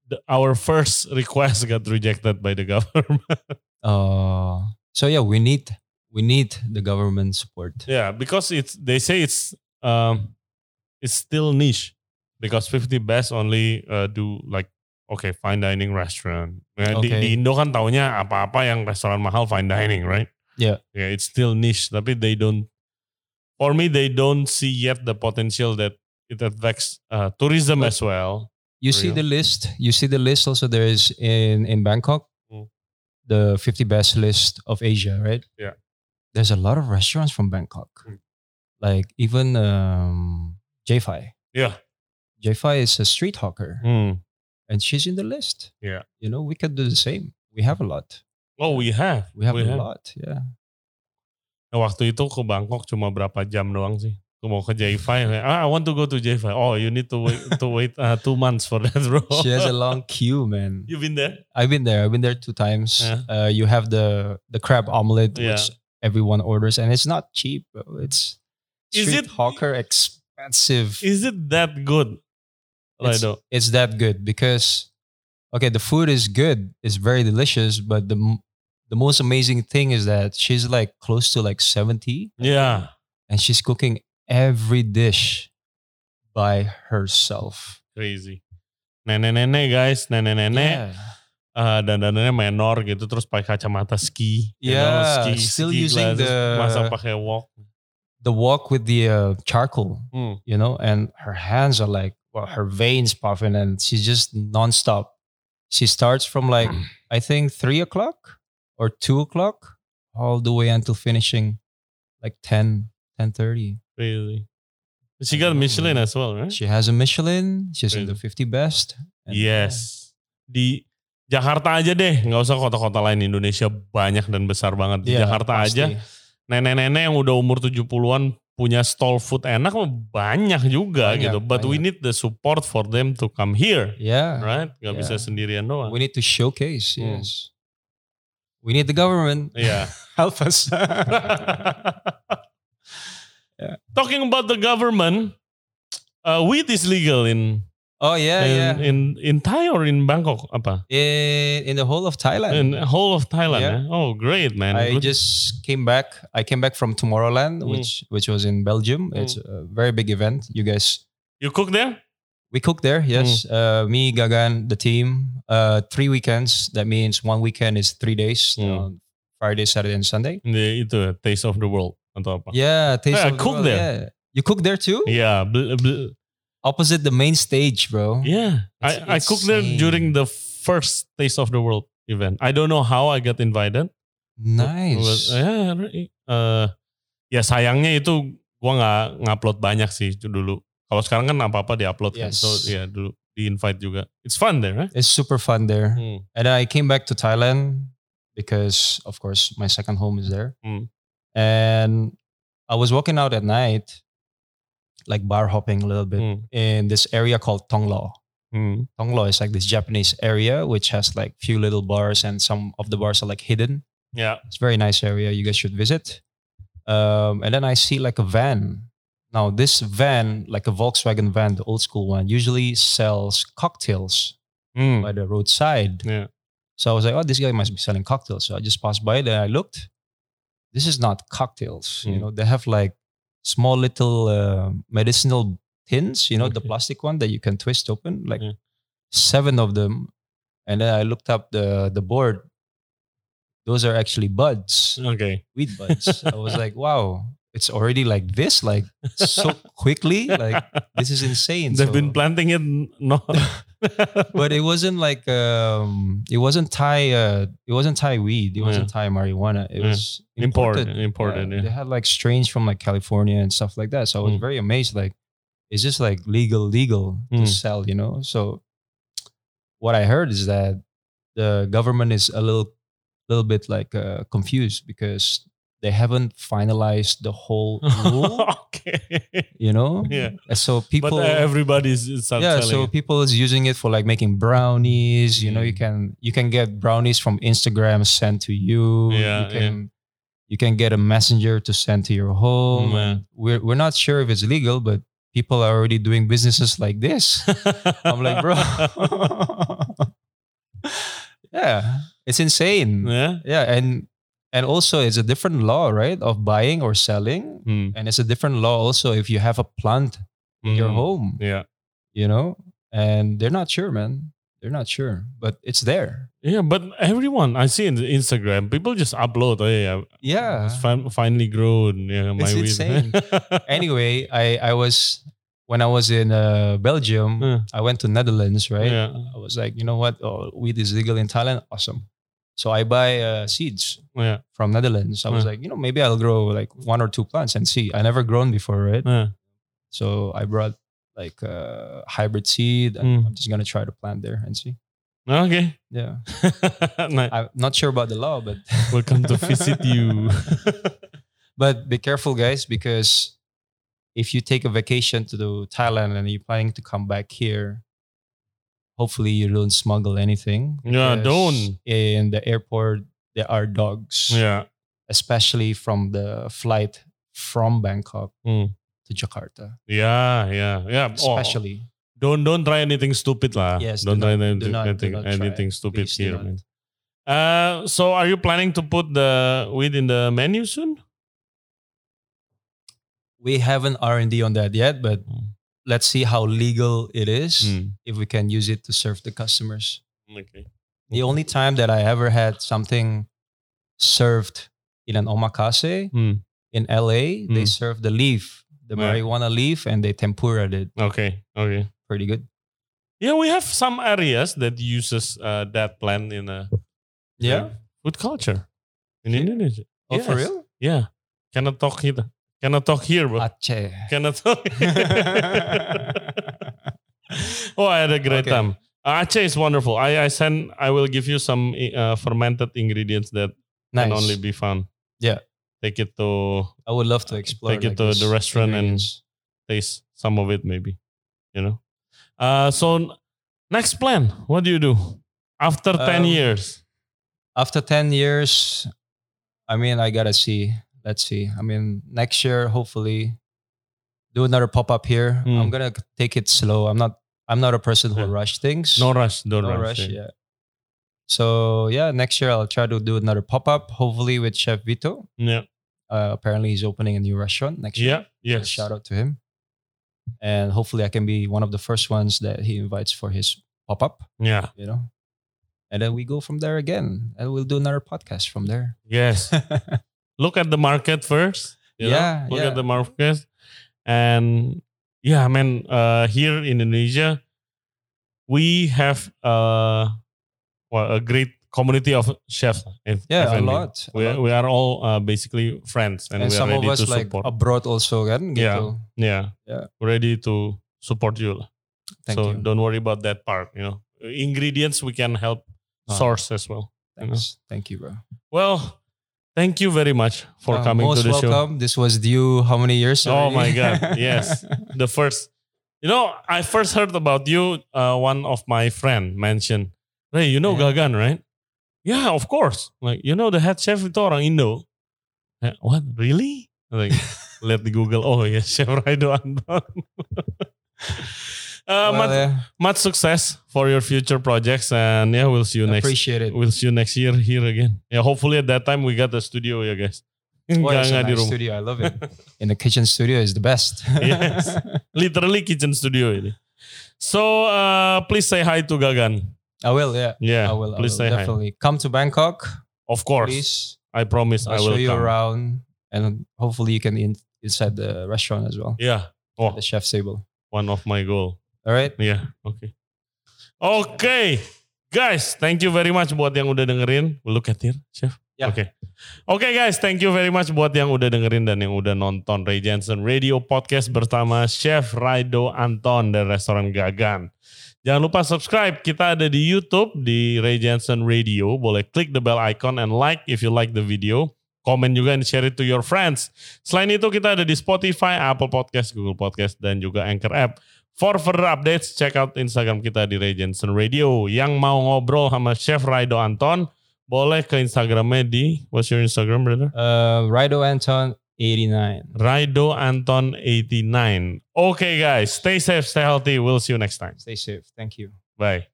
[SPEAKER 1] the- our first request got rejected by the government.
[SPEAKER 2] uh, so yeah we need we need the government support
[SPEAKER 1] yeah, because it's they say it's um it's still niche because 50 best only uh, do like okay fine dining restaurant. Nah, di-
[SPEAKER 2] Okay.
[SPEAKER 1] Di, Indo kan taunya apa-apa yang restoran mahal fine dining, right?
[SPEAKER 2] Yeah.
[SPEAKER 1] Yeah, it's still niche tapi they don't for me they don't see yet the potential that it affects uh, tourism
[SPEAKER 2] But-
[SPEAKER 1] as well.
[SPEAKER 2] you
[SPEAKER 1] For
[SPEAKER 2] see
[SPEAKER 1] you.
[SPEAKER 2] the list you see the list also there is in in bangkok
[SPEAKER 1] Mm.
[SPEAKER 2] the 50 best list of asia right
[SPEAKER 1] Yeah.
[SPEAKER 2] there's a lot of restaurants from bangkok
[SPEAKER 1] Mm.
[SPEAKER 2] like even um j5
[SPEAKER 1] Yeah.
[SPEAKER 2] j5 is a street hawker
[SPEAKER 1] Hmm.
[SPEAKER 2] and she's in the list
[SPEAKER 1] Yeah.
[SPEAKER 2] you know we could do the same we have a lot
[SPEAKER 1] Oh, we have.
[SPEAKER 2] we have a lot yeah
[SPEAKER 1] Nah, waktu itu ke Bangkok cuma berapa jam doang sih? Aku mau ke J5. kayak, Ah, I want to go to J5. Oh, you need to wait to wait uh, two months for that, bro.
[SPEAKER 2] she has a long queue man
[SPEAKER 1] you been there?
[SPEAKER 2] I've been there. I've been there two times.
[SPEAKER 1] Yeah.
[SPEAKER 2] Uh, you have the the crab omelet,
[SPEAKER 1] Yeah.
[SPEAKER 2] which everyone orders, and it's not cheap. bro. It's
[SPEAKER 1] Is
[SPEAKER 2] street
[SPEAKER 1] it-
[SPEAKER 2] hawker expensive.
[SPEAKER 1] Is it that good?
[SPEAKER 2] it's,
[SPEAKER 1] Lido?
[SPEAKER 2] it's that good because okay, the food is good. It's very delicious, but the m- the most amazing thing is that she's like close to like seventy,
[SPEAKER 1] Yeah.
[SPEAKER 2] and she's cooking every dish by herself.
[SPEAKER 1] Crazy. Nenek-nenek guys, nenek-nenek
[SPEAKER 2] Yeah.
[SPEAKER 1] eh, dan dananya menor gitu terus pakai kacamata ski. you
[SPEAKER 2] Yeah,
[SPEAKER 1] know,
[SPEAKER 2] still using
[SPEAKER 1] glasses,
[SPEAKER 2] the-
[SPEAKER 1] masa pakai walk.
[SPEAKER 2] The wok with the uh, charcoal.
[SPEAKER 1] Hmm.
[SPEAKER 2] you know, and her hands are like, well, her veins puffing, and she's just nonstop. She starts from like,
[SPEAKER 1] Mm.
[SPEAKER 2] I think three o'clock or two o'clock, all the way until finishing like 10, 10.30.
[SPEAKER 1] Crazy. She got Michelin as well, right?
[SPEAKER 2] She has a Michelin. She's in the
[SPEAKER 1] Really?
[SPEAKER 2] 50 best. and-
[SPEAKER 1] Yes. Di Jakarta aja deh, nggak usah kota-kota lain Indonesia banyak dan besar banget. Di
[SPEAKER 2] Iya,
[SPEAKER 1] Jakarta
[SPEAKER 2] pasti.
[SPEAKER 1] aja nenek-nenek yang udah umur 70-an punya stall food enak mah banyak juga
[SPEAKER 2] Banyak,
[SPEAKER 1] gitu. But we need the support for them to come here,
[SPEAKER 2] Yeah.
[SPEAKER 1] right? Gak
[SPEAKER 2] Yeah.
[SPEAKER 1] bisa sendirian doang.
[SPEAKER 2] We need to showcase.
[SPEAKER 1] Hmm.
[SPEAKER 2] Yes. We need the government
[SPEAKER 1] Iya.
[SPEAKER 2] help us.
[SPEAKER 1] Talking about the government, uh, weed is legal in
[SPEAKER 2] oh yeah,
[SPEAKER 1] in,
[SPEAKER 2] yeah.
[SPEAKER 1] in in Thai or in Bangkok apa?
[SPEAKER 2] In, in the whole of Thailand.
[SPEAKER 1] In whole of Thailand.
[SPEAKER 2] Yeah.
[SPEAKER 1] ya? Oh, great man.
[SPEAKER 2] I
[SPEAKER 1] Good.
[SPEAKER 2] just came back. I came back from Tomorrowland,
[SPEAKER 1] Mm.
[SPEAKER 2] which which was in Belgium.
[SPEAKER 1] Mm.
[SPEAKER 2] It's a very big event. You guys,
[SPEAKER 1] you cook there?
[SPEAKER 2] we cooked there. Yes,
[SPEAKER 1] Mm.
[SPEAKER 2] uh, me, Gagan, the team. Uh, three weekends. That means one weekend is three days.
[SPEAKER 1] Mm.
[SPEAKER 2] uh, Friday, Saturday, and Sunday.
[SPEAKER 1] Di- Itu Taste of the World atau apa? Iya,
[SPEAKER 2] Yeah, taste
[SPEAKER 1] Yeah, I
[SPEAKER 2] of the
[SPEAKER 1] cooked
[SPEAKER 2] World,
[SPEAKER 1] there.
[SPEAKER 2] yeah. You cook there too?
[SPEAKER 1] Yeah, bl- bl-
[SPEAKER 2] Opposite the main stage, bro.
[SPEAKER 1] yeah.
[SPEAKER 2] It's
[SPEAKER 1] iya. I, I cooked there
[SPEAKER 2] Oh, insane.
[SPEAKER 1] during the first Taste of the World event. I don't know how I got invited.
[SPEAKER 2] Nice.
[SPEAKER 1] It was- yeah, re- uh, ya sayangnya itu gua nggak ngupload banyak sih itu dulu. Kalau sekarang kan apa apa diupload kan.
[SPEAKER 2] Yes.
[SPEAKER 1] So ya dulu di invite juga. It's fun there, right?
[SPEAKER 2] It's super fun there.
[SPEAKER 1] Hmm.
[SPEAKER 2] And I came back to Thailand because, of course, my second home is there.
[SPEAKER 1] Mm.
[SPEAKER 2] And I was walking out at night, like bar hopping a little bit
[SPEAKER 1] Hmm.
[SPEAKER 2] in this area called Tonglo.
[SPEAKER 1] Hmm.
[SPEAKER 2] Tonglo is like this Japanese area which has like few little bars, and some of the bars are like hidden.
[SPEAKER 1] Yeah.
[SPEAKER 2] It's a very nice area. You guys should visit. Um, and then I see like a van. Now this van, like a Volkswagen van, the old school one, usually sells cocktails
[SPEAKER 1] Hmm. ya,
[SPEAKER 2] by the roadside.
[SPEAKER 1] Yeah.
[SPEAKER 2] So I was like, oh, this guy must be selling cocktails. So I just passed by there. I looked. This is not cocktails.
[SPEAKER 1] Mm.
[SPEAKER 2] You know, they have like small little uh, medicinal tins. You know, the
[SPEAKER 1] Okay. Hmm.
[SPEAKER 2] plastic one that you can twist open, like
[SPEAKER 1] Yeah.
[SPEAKER 2] seven of them. And then I looked up the the board. Those are actually buds,
[SPEAKER 1] Okay.
[SPEAKER 2] weed buds. I was like, wow, it's already like this, like so quickly. Like this is insane.
[SPEAKER 1] They've
[SPEAKER 2] So-
[SPEAKER 1] been planting it no.
[SPEAKER 2] but it wasn't like um it wasn't Thai uh it wasn't Thai weed, it wasn't Thai marijuana. It
[SPEAKER 1] Yeah.
[SPEAKER 2] was
[SPEAKER 1] imported, imported.
[SPEAKER 2] imported. They
[SPEAKER 1] Yeah.
[SPEAKER 2] had like strains from like California and stuff like that. So I
[SPEAKER 1] Mm.
[SPEAKER 2] was very amazed. Like, is this like legal, legal
[SPEAKER 1] Mm.
[SPEAKER 2] to sell, you know? So what I heard is that the government is a little little bit like uh, confused because they haven't finalized the whole rule,
[SPEAKER 1] okay.
[SPEAKER 2] you know?
[SPEAKER 1] Yeah.
[SPEAKER 2] And So people
[SPEAKER 1] but uh, everybody's is start
[SPEAKER 2] yeah
[SPEAKER 1] selling.
[SPEAKER 2] so people is using it for like making brownies you know you
[SPEAKER 1] Mm.
[SPEAKER 2] can you can get brownies from instagram sent to you
[SPEAKER 1] Yeah,
[SPEAKER 2] you can you can get a messenger to send to your
[SPEAKER 1] Mm,
[SPEAKER 2] home
[SPEAKER 1] yeah.
[SPEAKER 2] we're, we're not sure if it's legal but people are already doing businesses like this i'm like bro yeah it's insane
[SPEAKER 1] yeah.
[SPEAKER 2] yeah and and also it's a different law right of buying or selling
[SPEAKER 1] Hmm.
[SPEAKER 2] and it's a different law also if you have a plant in your
[SPEAKER 1] Hmm.
[SPEAKER 2] home
[SPEAKER 1] Yeah.
[SPEAKER 2] you know and they're not sure man they're not sure but it's there
[SPEAKER 1] Yeah, but everyone I see in the Instagram, people just upload. Oh yeah,
[SPEAKER 2] yeah
[SPEAKER 1] it's fin- finally grown. Yeah, my
[SPEAKER 2] It's
[SPEAKER 1] weed.
[SPEAKER 2] insane. anyway i i was when i was in uh, belgium
[SPEAKER 1] Yeah.
[SPEAKER 2] i went to netherlands right
[SPEAKER 1] Mm. Yeah.
[SPEAKER 2] i was like you know what oh, weed is legal in thailand awesome so i buy uh, seeds
[SPEAKER 1] Yeah.
[SPEAKER 2] from netherlands i was
[SPEAKER 1] Yeah.
[SPEAKER 2] like you know maybe i'll grow like one or two plants and see i never grown before right
[SPEAKER 1] Yeah.
[SPEAKER 2] so i brought like uh, hybrid seed and
[SPEAKER 1] Mm.
[SPEAKER 2] i'm just gonna try to plant there and see
[SPEAKER 1] Okay.
[SPEAKER 2] yeah
[SPEAKER 1] Nice.
[SPEAKER 2] i'm not sure about the law but
[SPEAKER 1] We'll come to visit you.
[SPEAKER 2] But be careful, guys, because if you take a vacation to the Thailand and you're planning to come back here, hopefully you don't smuggle anything.
[SPEAKER 1] Yeah,
[SPEAKER 2] because
[SPEAKER 1] don't.
[SPEAKER 2] In the airport, there are dogs,
[SPEAKER 1] yeah.
[SPEAKER 2] especially from the flight from Bangkok
[SPEAKER 1] Hmm.
[SPEAKER 2] to Jakarta,
[SPEAKER 1] Yeah, yeah, yeah. Oh,
[SPEAKER 2] especially.
[SPEAKER 1] don't don't try anything stupid lah.
[SPEAKER 2] Yes,
[SPEAKER 1] don't
[SPEAKER 2] do
[SPEAKER 1] try
[SPEAKER 2] not- do
[SPEAKER 1] anything
[SPEAKER 2] not- do
[SPEAKER 1] anything,
[SPEAKER 2] not try.
[SPEAKER 1] anything stupid
[SPEAKER 2] Please do
[SPEAKER 1] here.
[SPEAKER 2] not.
[SPEAKER 1] Man. Uh, so are you planning to put the weed in the menu soon?
[SPEAKER 2] We haven't R and D on that yet, but
[SPEAKER 1] Hmm.
[SPEAKER 2] let's see how legal it is.
[SPEAKER 1] Hmm.
[SPEAKER 2] If we can use it to serve the customers.
[SPEAKER 1] Okay.
[SPEAKER 2] The only time that I ever had something served in an omakase
[SPEAKER 1] Hmm.
[SPEAKER 2] in LA, they
[SPEAKER 1] Mm.
[SPEAKER 2] served the leaf, the
[SPEAKER 1] Yeah.
[SPEAKER 2] marijuana leaf, and they tempura it.
[SPEAKER 1] Okay. Okay.
[SPEAKER 2] Pretty good.
[SPEAKER 1] Yeah, we have some areas that uses uh, that plant in a
[SPEAKER 2] Yeah.
[SPEAKER 1] food culture in
[SPEAKER 2] Yeah.
[SPEAKER 1] Indonesia.
[SPEAKER 2] Oh, for
[SPEAKER 1] Yes.
[SPEAKER 2] real?
[SPEAKER 1] Yeah, cannot talk here. Cannot talk here, bro.
[SPEAKER 2] Ache.
[SPEAKER 1] cannot talk. oh, I had a great
[SPEAKER 2] Okay.
[SPEAKER 1] time. Aceh is wonderful. I I send I will give you some uh, fermented ingredients that
[SPEAKER 2] Nice.
[SPEAKER 1] can only be found.
[SPEAKER 2] Yeah.
[SPEAKER 1] Take it to
[SPEAKER 2] I would love to explore.
[SPEAKER 1] Take it to
[SPEAKER 2] those
[SPEAKER 1] the restaurant and-
[SPEAKER 2] ingredients.
[SPEAKER 1] taste some of it maybe. You know. Uh so n- next plan, what do you do after 10
[SPEAKER 2] Um,
[SPEAKER 1] years?
[SPEAKER 2] after ten years, I mean, I gotta see. Let's see. I mean, next year, hopefully, do another pop up here.
[SPEAKER 1] Mm.
[SPEAKER 2] I'm gonna take it slow. I'm not. I'm not a person who
[SPEAKER 1] Yeah.
[SPEAKER 2] rush things.
[SPEAKER 1] No rush, no,
[SPEAKER 2] no
[SPEAKER 1] rush. eh?
[SPEAKER 2] rush.
[SPEAKER 1] yeah.
[SPEAKER 2] Yeah. So yeah, next year I'll try to do another pop up. Hopefully with Chef Vito.
[SPEAKER 1] Yeah.
[SPEAKER 2] Uh, apparently he's opening a new restaurant next year.
[SPEAKER 1] Yeah.
[SPEAKER 2] So
[SPEAKER 1] Yes.
[SPEAKER 2] Shout out to him. And hopefully I can be one of the first ones that he invites for his pop up.
[SPEAKER 1] Yeah.
[SPEAKER 2] You know. And then we go from there again, and we'll do another podcast from there.
[SPEAKER 1] Yes. Look at the market first. you know?
[SPEAKER 2] Yeah,
[SPEAKER 1] Look
[SPEAKER 2] yeah.
[SPEAKER 1] at the market. And yeah, I mean, uh, here in Indonesia, we have uh, well, a great community of chefs. If, if
[SPEAKER 2] yeah, a
[SPEAKER 1] any.
[SPEAKER 2] lot. a
[SPEAKER 1] We are,
[SPEAKER 2] lot.
[SPEAKER 1] we are all uh, basically friends and,
[SPEAKER 2] and
[SPEAKER 1] we are
[SPEAKER 2] some of
[SPEAKER 1] ready
[SPEAKER 2] us
[SPEAKER 1] to
[SPEAKER 2] like
[SPEAKER 1] support.
[SPEAKER 2] abroad also kan gitu.
[SPEAKER 1] Yeah. yeah.
[SPEAKER 2] Yeah.
[SPEAKER 1] Ready to support you. lah.
[SPEAKER 2] Thank
[SPEAKER 1] so
[SPEAKER 2] you.
[SPEAKER 1] don't worry about that part, you know. Ingredients we can help
[SPEAKER 2] Ah.
[SPEAKER 1] source as well.
[SPEAKER 2] Thanks. Thank you, bro.
[SPEAKER 1] Well, thank you very much for
[SPEAKER 2] Uh,
[SPEAKER 1] coming to
[SPEAKER 2] most
[SPEAKER 1] the show.
[SPEAKER 2] welcome. This was due how many years?
[SPEAKER 1] Oh my
[SPEAKER 2] already?
[SPEAKER 1] God, yes. the first you know i first heard about you uh, one of my friend mentioned hey you know
[SPEAKER 2] Yeah.
[SPEAKER 1] gagan right yeah of course like you know the head chef itu orang indo Eh, what really like let me google oh yeah chef Raido Anton uh,
[SPEAKER 2] Well,
[SPEAKER 1] much,
[SPEAKER 2] yeah,
[SPEAKER 1] much success for your future projects and yeah we'll see you next
[SPEAKER 2] appreciate it.
[SPEAKER 1] we'll see you next year here again yeah hopefully at that time we got the studio ya guys
[SPEAKER 2] Oh,
[SPEAKER 1] Nggak-
[SPEAKER 2] it's a
[SPEAKER 1] nggak di
[SPEAKER 2] nice
[SPEAKER 1] rumah.
[SPEAKER 2] studio. I love it. In the kitchen studio is the best.
[SPEAKER 1] Yes. literally kitchen studio ini so uh, please say hi to gagan
[SPEAKER 2] I will. Yeah.
[SPEAKER 1] Yeah,
[SPEAKER 2] I will. I
[SPEAKER 1] please
[SPEAKER 2] will,
[SPEAKER 1] say hi.
[SPEAKER 2] definitely come to Bangkok,
[SPEAKER 1] Of course,
[SPEAKER 2] please.
[SPEAKER 1] I promise
[SPEAKER 2] I'll
[SPEAKER 1] I will
[SPEAKER 2] show you
[SPEAKER 1] come.
[SPEAKER 2] around, and hopefully you can in, inside the restaurant as well,
[SPEAKER 1] Yeah. Oh,
[SPEAKER 2] the chef's table.
[SPEAKER 1] one of my goal.
[SPEAKER 2] All right.
[SPEAKER 1] Yeah. Okay. Okay, guys, thank you very much buat yang udah dengerin. We'll look at here, chef.
[SPEAKER 2] Yeah.
[SPEAKER 1] Oke. Oke guys, thank you very much buat yang udah dengerin dan yang udah nonton Ray Jensen Radio Podcast bersama Chef Raido Anton dari Restoran Gagan. Jangan lupa subscribe, kita ada di YouTube di Ray Jensen Radio. Boleh klik the bell icon and like if you like the video. Comment juga and share it to your friends. Selain itu kita ada di Spotify, Apple Podcast, Google Podcast, dan juga Anchor App. For further updates, check out Instagram kita di Ray Jensen Radio. Yang mau ngobrol sama Chef Raido Anton, boleh ke Instagramnya di What's your Instagram brother?
[SPEAKER 2] Uh, Rido Anton eighty nine.
[SPEAKER 1] Raido Anton 89. Okay guys, stay safe, stay healthy. We'll see you next time.
[SPEAKER 2] Stay safe. Thank you.
[SPEAKER 1] Bye.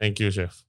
[SPEAKER 1] Thank you, Chef.